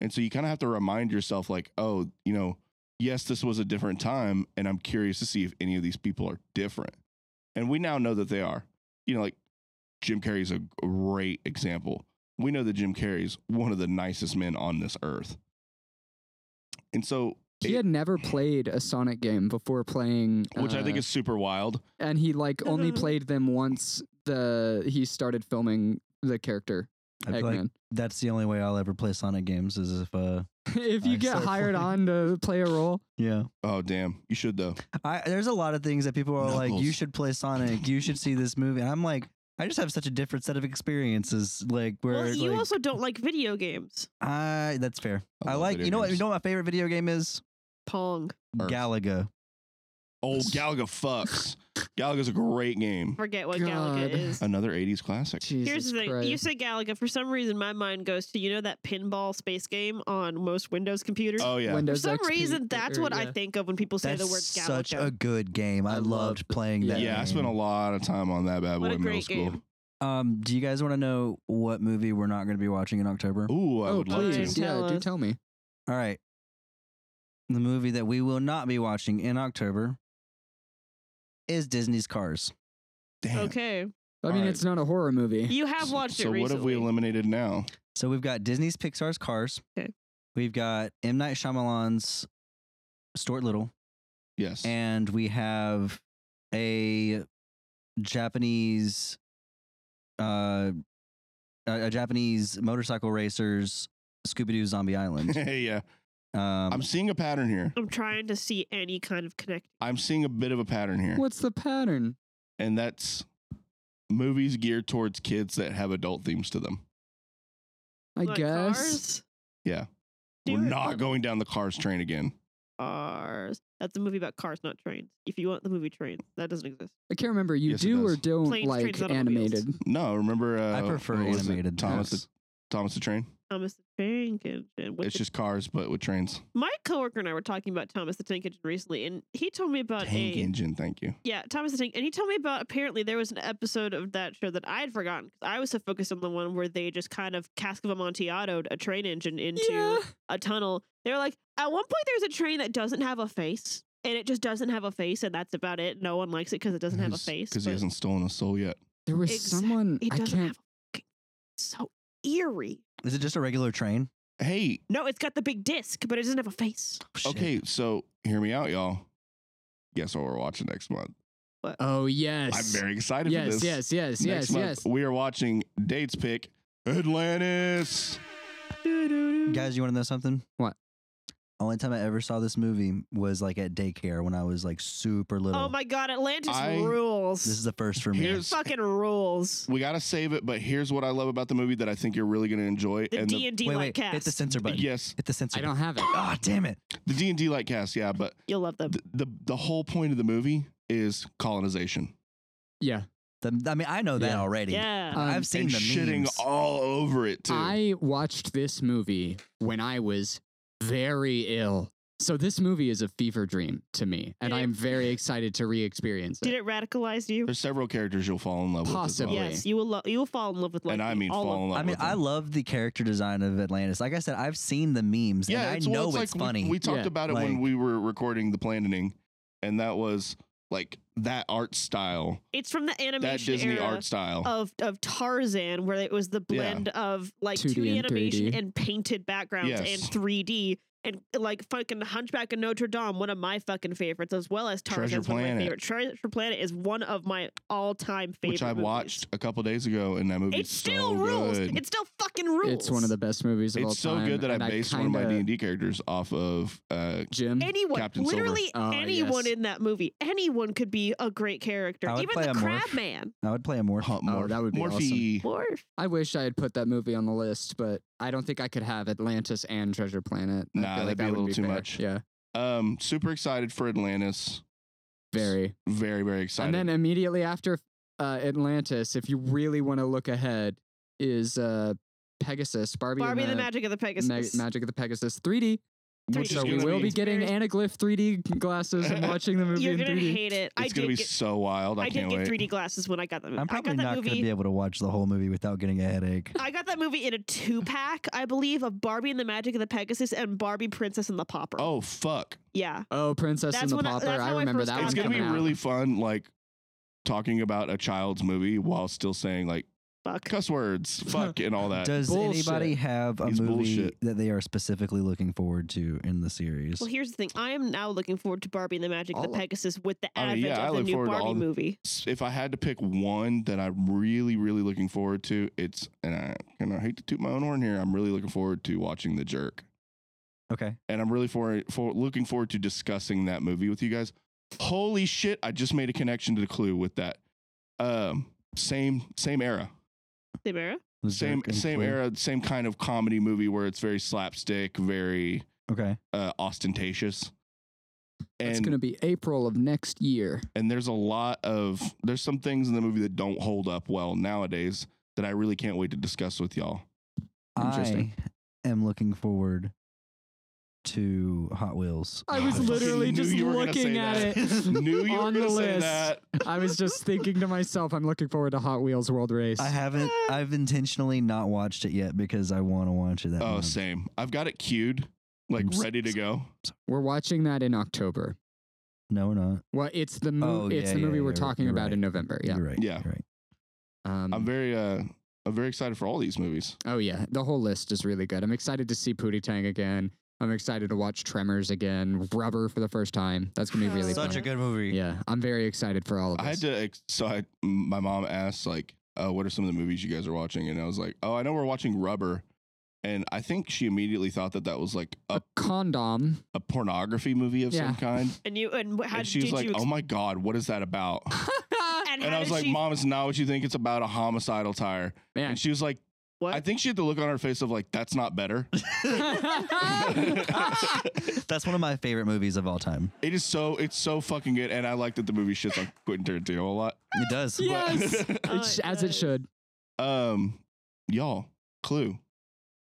C: and so you kind of have to remind yourself, like, oh, you know, yes, this was a different time, and I'm curious to see if any of these people are different. And we now know that they are. You know, like Jim Carrey's a great example. We know that Jim Carrey's one of the nicest men on this earth. And so
B: he
C: it-
B: had never played a sonic game before playing
C: which I think
B: uh,
C: is super wild.
B: and he like
D: Mm-hmm.
B: only played them once the he started filming the character
A: I feel like
B: Eggman.
A: that's the only way I'll ever play Sonic games is if uh
B: if you
A: I
B: get
A: start
B: hired on
A: playing.
B: to play a role,
A: yeah.
C: Oh damn, you should though.
A: I there's a lot of things that people are like, you
C: Knuckles.
A: should play Sonic, you should see this movie. And I'm like, I just have such a different set of experiences. Like where
D: well, you
A: like,
D: also don't like video games.
A: I that's fair.
C: I
A: I,
C: love
A: like
C: video
A: you know what you
C: games.
A: know what my favorite video game is?
D: Pong.
C: Earth.
A: Galaga.
C: Oh, Galaga fucks. Galaga's a great game.
D: Forget what
B: God.
D: Galaga is.
C: Another '80s classic.
B: Jesus
D: Here's the thing.
B: Christ.
D: You say Galaga. For some reason, my mind goes to, you know, that pinball space game on most Windows computers?
C: Oh yeah,
D: For
B: Windows
D: some
B: XP,
D: reason, that's
B: or-
D: what I
B: yeah.
D: think of when people say
A: That's
D: the word Galaga.
A: such a good game. I,
B: I
A: loved
B: loved-
A: playing that.
C: yeah. I spent a
A: game.
C: lot of time on that bad boy
D: What a
C: in middle
D: great
C: school.
D: game.
A: Um, do you guys want to know what movie we're not going to be watching in October?
C: Ooh, I
B: Oh
C: would love
B: please,
C: to.
D: Fine,
B: yeah,
D: tell
B: do
D: us.
B: tell me.
A: All right. The movie that we will not be watching in October is Disney's Cars.
C: Damn.
D: Okay.
B: I mean,
C: Alright.
B: it's not a horror movie.
D: You have watched
C: so
D: it recently.
C: what have we eliminated now?
A: So we've got Disney's Pixar's Cars.
D: Okay.
A: We've got M Night Shyamalan's Stuart Little,
C: Yes.
A: and we have a Japanese, uh, a, a Japanese motorcycle racers Scooby Doo Zombie Island.
C: yeah. I'm
A: Um,
C: seeing a pattern here.
D: I'm trying to see any kind of connect.
C: I'm seeing a bit of a pattern here,
B: What's the pattern?
C: and that's movies geared towards kids that have adult themes to them.
B: I
D: Like
B: guess.
D: Cars?
C: Yeah.
D: Do
C: We're
D: it.
C: not going down the cars train again.
D: Cars. That's a movie about cars, not trains. If you want the movie Trains, that doesn't exist.
B: I can't remember. You
C: Yes, it
B: do or
C: does.
B: don't
D: Planes,
B: like
D: Trains, Automobiles.
B: animated.
C: No, remember. Uh,
A: I prefer
C: what was it?
A: animated.
C: Thomas
A: Yes.
C: the, Thomas the Train.
D: Thomas the Tank Engine. Which
C: it's just cars, but with trains.
D: my coworker and I were talking about Thomas the Tank Engine recently, and he told me about
C: Tank
D: a
C: engine. Thank you.
D: yeah Thomas the Tank, and he told me about apparently there was an episode of that show that I had forgotten 'cause I was so focused on the one where they just kind of cask of amontillado a train engine into
B: Yeah.
D: a tunnel. They were like at one point there's a train that doesn't have a face. And it just doesn't have a face, and that's about it. No one likes it because it doesn't have a face.
C: because he
D: but-
C: hasn't stolen a soul yet.
B: There was
D: Exact-
B: someone
D: It
B: I
D: doesn't
B: can't
D: have a fucking so eerie.
A: Is it just a regular train?
C: Hey,
D: No, it's got the big disc, but it doesn't have a face.
A: Oh, shit.
C: okay, so hear me out, y'all. Guess what we're watching next month?
B: Oh yes.
C: I'm very excited for
B: yes,
C: this.
B: yes, yes,
C: Next
B: yes,
C: month,
B: yes.
C: We are watching Dates Pick Atlantis.
A: Guys, you want to know something?
B: What?
A: Only time I ever saw this movie was like at daycare when I was like super little.
D: Oh my god, Atlantis
C: I-
D: rules.
A: This is the first for me.
C: Here's-
D: fucking rules.
C: We got to save it, but here's what I love about the movie that I think you're really going to enjoy.
D: The D and D
A: wait,
D: like
A: wait, hit
D: cast.
A: the censor button.
C: yes,
A: Hit the censor.
B: I don't have it.
A: Oh, damn it.
C: the D and D like cast, yeah, but
D: You'll love them.
C: the, the the whole point of the movie is colonization.
B: Yeah.
A: The- I mean, I know that
B: Yeah.
A: already.
D: Yeah.
B: Uh,
A: I've seen
C: and
A: the
C: shitting
A: memes.
C: all over it too.
B: I watched this movie when I was very ill. So this movie is a fever dream to me, and
D: Did it-
B: I'm very excited to re-experience
D: Did
B: it.
D: it radicalize you?
C: There's several characters you'll fall in love
B: Possibly.
C: with. as well.
D: Yes, you will. Lo- you will fall in love with. Like,
C: and I mean
D: all
C: fall in
D: of
C: love.
A: I mean,
C: with
A: I
C: them.
A: love the character design of Atlantis. Like I said, I've seen the memes,
C: Yeah,
A: and
C: it's,
A: I
C: well,
A: know
C: it's,
A: it's
C: like we-
A: funny.
C: We, talked
B: Yeah.
C: about it when
A: Like-
C: we were recording the planning, and that was like that art style,
D: It's from the
C: that
D: animation
C: Disney
D: era
C: art style.
D: of of Tarzan, where it was the blend of like 2D,
B: 2D and
D: animation
B: 3D.
D: and painted backgrounds
C: Yes.
D: and 3D. And like fucking Hunchback of Notre Dame, one of my fucking favorites, as well as
C: Treasure
D: Tarzan's one of
C: Planet.
D: my favorite. Treasure Planet is one of my all time favorite.
C: which I
D: movies.
C: watched a couple days ago, and that movie
D: It
C: is
D: still
C: so
D: rules.
C: good.
D: It still fucking rules.
B: It's one of the best movies of all
C: It's so
B: time.
C: good that I
B: and
C: based one of my D
B: kinda-
C: and D characters off of. Uh,
B: Jim.
D: anyone,
C: Captain Silver. Oh,
D: literally
B: Ah,
D: anyone
B: yes.
D: in that movie, anyone could be a great character.
A: I would
D: Even
A: play
D: the
A: a
D: crab
A: morph.
D: man,
A: I would play a more.
C: Hunt
B: Oh, that would be
C: Morphe.
D: Morph.
B: I wish I had put that movie on the list, but I don't think I could have Atlantis and Treasure Planet. I
C: Nah,
B: feel
C: that'd
B: like
C: be a
B: that
C: little
B: would
C: too
B: fair.
C: much.
B: Yeah,
C: Um, super excited for Atlantis.
B: very.
C: Very very
B: And
C: excited.
B: then immediately after uh, Atlantis, if you really want to look ahead, is uh, Pegasus, Barbie,
D: Barbie
B: and
D: the
B: the,
D: Magic of the Pegasus.
B: Ma- Magic of the Pegasus 3D.
C: which
D: It's
B: so
C: is
B: we
C: gonna
B: will
C: be,
B: be getting anaglyph 3D glasses and watching the movie
D: You're
B: in
D: gonna
B: 3D.
D: hate it. I
C: It's gonna
D: did
C: be
D: get,
C: so wild. I,
D: I did
C: can't
D: get
C: wait.
D: 3D glasses when I got them.
A: I'm
D: I
A: probably
D: got that
A: not going to
D: movie.
A: be able to watch the whole movie without getting a headache.
D: I got that movie in a two pack, I believe, of Barbie and the Magic of the Pegasus and Barbie Princess and the Popper.
C: Oh fuck!
D: yeah,
B: Oh, Princess
D: That's
B: and the
D: when I-
B: Pauper.
D: that's
B: I,
D: how I
B: remember
D: first
B: that
D: got
C: It's
B: one's
D: it.
C: gonna be
B: coming out.
C: really fun. Like talking about a child's movie while still saying like
D: fuck.
C: cuss words, fuck, and all that.
A: Does
B: Bullshit.
A: anybody have a
C: He's
A: movie
C: bullshit.
A: that they are specifically looking forward to in the series?
D: Well, here's the thing. I am now looking forward to Barbie and the Magic of the
B: All-
D: Pegasus with the
C: I mean,
D: advent
C: Oh, yeah, I
D: of the
C: look
D: new
C: forward to
D: Barbie
C: all the-
D: movie.
C: S- if I had to pick one that I'm really, really looking forward to, it's and I and I hate to toot my own horn here. I'm really looking forward to watching The Jerk,
A: okay.
C: and I'm really for, for looking forward to discussing that movie with you guys. Holy shit! I just made a connection to the Clue with that. Um, same same era,
D: Samara?
A: Was
C: same
A: Dirk and
C: same
A: Clue-
C: era, same kind of comedy movie where it's very slapstick, very
A: Okay.
C: uh, ostentatious.
B: It's going to be April of next year.
C: and there's a lot of there's some things in the movie that don't hold up well nowadays that I really can't wait to discuss with y'all.
A: I
B: Interesting.
A: am looking forward to Hot Wheels.
B: I was
C: fucking
B: literally
C: knew
B: just
C: you were gonna
B: looking
C: say
B: at
C: that.
B: it
C: Knew you were
B: on
C: going
B: the
C: to say
B: list.
C: that.
B: I was just thinking to myself, I'm looking forward to Hot Wheels World Race.
A: I haven't. I've intentionally not watched it yet because I want to watch it. That
C: Oh,
A: month.
C: same. I've got it queued, like
A: I'm s-
C: ready to go.
B: We're watching that in October.
A: No, we're not.
B: Well, it's the movie.
A: Oh,
B: it's
A: yeah,
B: the
A: yeah,
B: movie we're
A: you're-
B: talking
A: you're
B: about
A: right.
B: in November. Yeah.
A: You're right.
C: Yeah.
A: You're right.
B: Um,
C: I'm very uh I'm very excited for all these movies.
B: oh yeah, the whole list is really good. I'm excited to see Pootie Tang again. I'm excited to watch Tremors again. Rubber for the first time. That's gonna be really
D: Such
B: fun.
D: a
A: good movie.
B: yeah, I'm very excited for all of this.
C: I had to ex- so I, m- my mom asked like, uh, what are some of the movies you guys are watching?" And I was like, "Oh, I know we're watching Rubber." And I think she immediately thought that that was like
B: a
C: a,
B: condom.
C: a pornography movie of some
B: Yeah.
C: kind.
D: And you and wh- how
C: and she was
D: did
C: like,
D: you
C: "Oh my god, what is that about?"
D: and,
C: And
D: how
C: I was
D: did
C: like,
D: she-
C: "Mom, it's not what you think. It's about a homicidal tire."
B: Man.
C: And she was like,
D: what?
C: "I think she had the look on her face of like, that's not better."
A: That's one of my favorite movies of all time.
C: It is so it's so fucking good, and I like that the movie shits on Quentin Tarantino a lot.
A: It does.
B: yes,
D: Oh,
B: It sh-
D: it
B: as it
D: does.
B: should.
C: Um, y'all, Clue.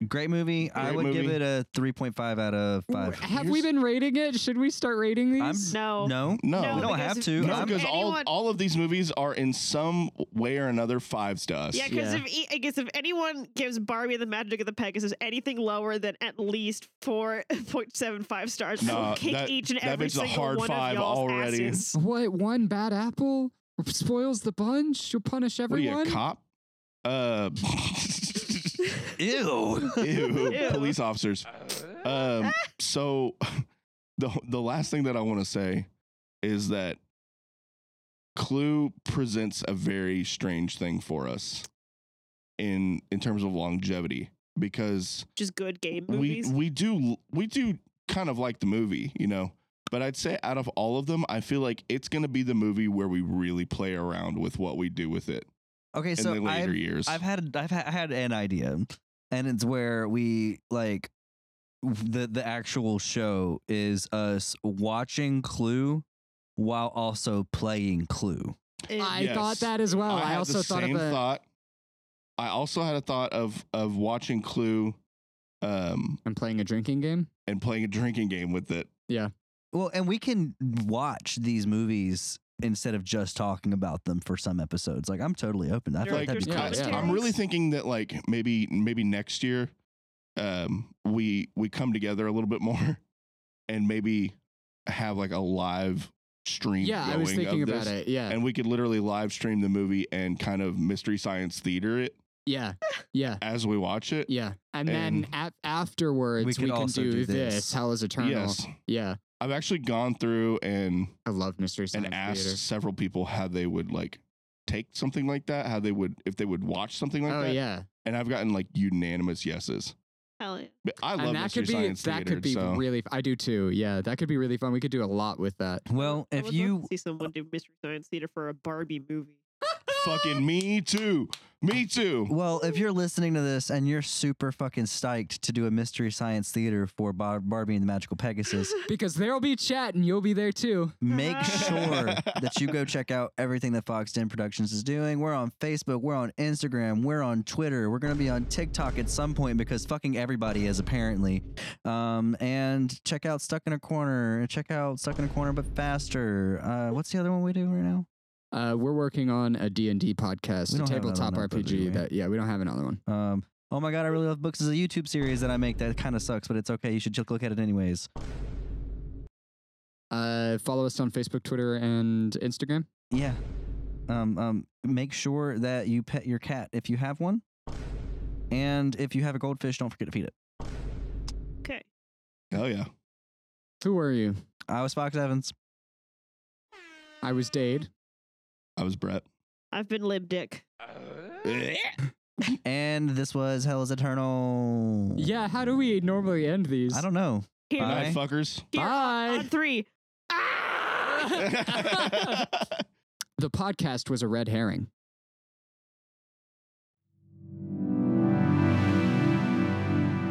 A: Great movie. I
C: Great
A: would give
C: movie.
A: it a 3.5 out of 5.
B: Have we
C: Here's-
B: been rating it? Should we start rating
A: I'm
B: these?
D: no.
A: No.
C: No,
A: We
C: no,
A: don't
D: because
A: have
D: if-
A: to.
D: no,
A: I'm-
C: because all
D: anyone-
C: all of these movies are in some way or another fives to us.
D: Yeah, because
B: Yeah.
D: if e- I guess if anyone gives Barbie and the Magic of the Pegasus anything lower than at least four point seven five stars, I
C: Nah,
D: will kick
C: that-
D: each and
C: that
D: every
C: bitch's a
D: single
C: hard
D: one
C: five
D: of y'all's
C: already.
D: asses.
B: What one bad apple spoils the bunch? You'll punish
C: what are you
B: everyone.
C: a cop? Uh,
A: Ew.
C: Ew,
D: Ew.
C: police officers. Um, so the the last thing that I want to say is that Clue presents a very strange thing for us in in terms of longevity because
D: Just good game movies.
C: we we do we do kind of like the movie, you know. But I'd say out of all of them, I feel like it's going to be the movie where we really play around with what we do with it
A: Okay,
C: in
A: so
C: the later
A: I've,
C: years.
A: I've had I've ha- had an idea, and it's where we like the the actual show is us watching Clue while also playing Clue.
D: And-
B: I
C: Yes.
B: thought that as well. Oh, I,
C: had
B: also
C: the
B: thought
C: same
B: of a
C: thought. I also had a thought of of watching Clue, um,
B: I'm playing a drinking game.
C: and playing a drinking game with it.
A: Well, and we can watch these movies instead of just talking about them for some episodes. Like I'm totally open. I feel like that'd be
D: Director's
B: Yeah,
A: cool.
C: I,
B: yeah.
C: am really thinking that like maybe maybe next year, um, we we come together a little bit more, and maybe have like a live stream.
B: Yeah, I was
C: going
B: thinking
C: of
B: about it.
C: this.
B: Yeah,
C: And we could literally live stream the movie and kind of mystery science theater it
B: yeah, yeah,
C: as we watch it.
B: yeah. And then
C: And-
B: a- afterwards,
A: We
B: we,
A: could
B: can
A: also
B: do,
A: do
B: this.
A: this.
B: Hell is Eternal.
C: Yes,
B: Yeah,
C: I've actually gone through and
B: I love mystery science
C: and asked
B: theater.
C: several people how they would like take something like that, how they would if they would watch something like
B: oh
C: that.
B: yeah,
C: And I've gotten like unanimous yeses.
D: Hell yeah.
C: But I love
B: and that
C: mystery
B: could be
C: science
B: that
C: theater.
B: could be
C: so
B: really. I do too. Yeah, that could be really fun. We could do a lot with that.
A: Well,
D: I
A: if
D: would love to
A: you
D: see someone do mystery science theater for a Barbie movie,
C: fucking me too. Me too.
A: well, if you're listening to this and you're super fucking stoked to do a mystery science theater for Bar- Barbie and the Magical Pegasus,
B: Because there'll be chat and you'll be there too.
A: make sure that you go check out everything that Fox Den Productions is doing. We're on Facebook, we're on Instagram, we're on Twitter, we're going to be on TikTok at some point because fucking everybody is apparently. Um, and check out Stuck in a Corner, check out Stuck in a Corner but Faster. Uh, what's the other one we do right now?
B: Uh, we're working on a D&D
A: We
B: podcast, a
A: don't have another
B: tabletop
A: one up, though, do we?
B: RPG that yeah, we don't have another one.
A: Um, oh my god, I really love books. Is a YouTube series that I make that kind of sucks, but it's okay. You should just look at it anyways.
B: Uh, follow us on Facebook, Twitter, and Instagram.
A: Yeah. Um, um, make sure that you pet your cat if you have one. And if you have a goldfish, don't forget to feed it.
D: okay.
C: Oh yeah.
B: Who are you?
A: I was Fox Evans.
B: I was Dade.
C: I was Brett.
D: I've been Lib Dick.
A: And this was Hell is Eternal.
B: Yeah, how do we normally end these?
A: I don't know.
D: Here,
A: Bye.
C: Night fuckers.
D: here on- on
B: Bye.
D: three.
B: the podcast was a red herring.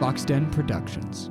B: Boxden Productions.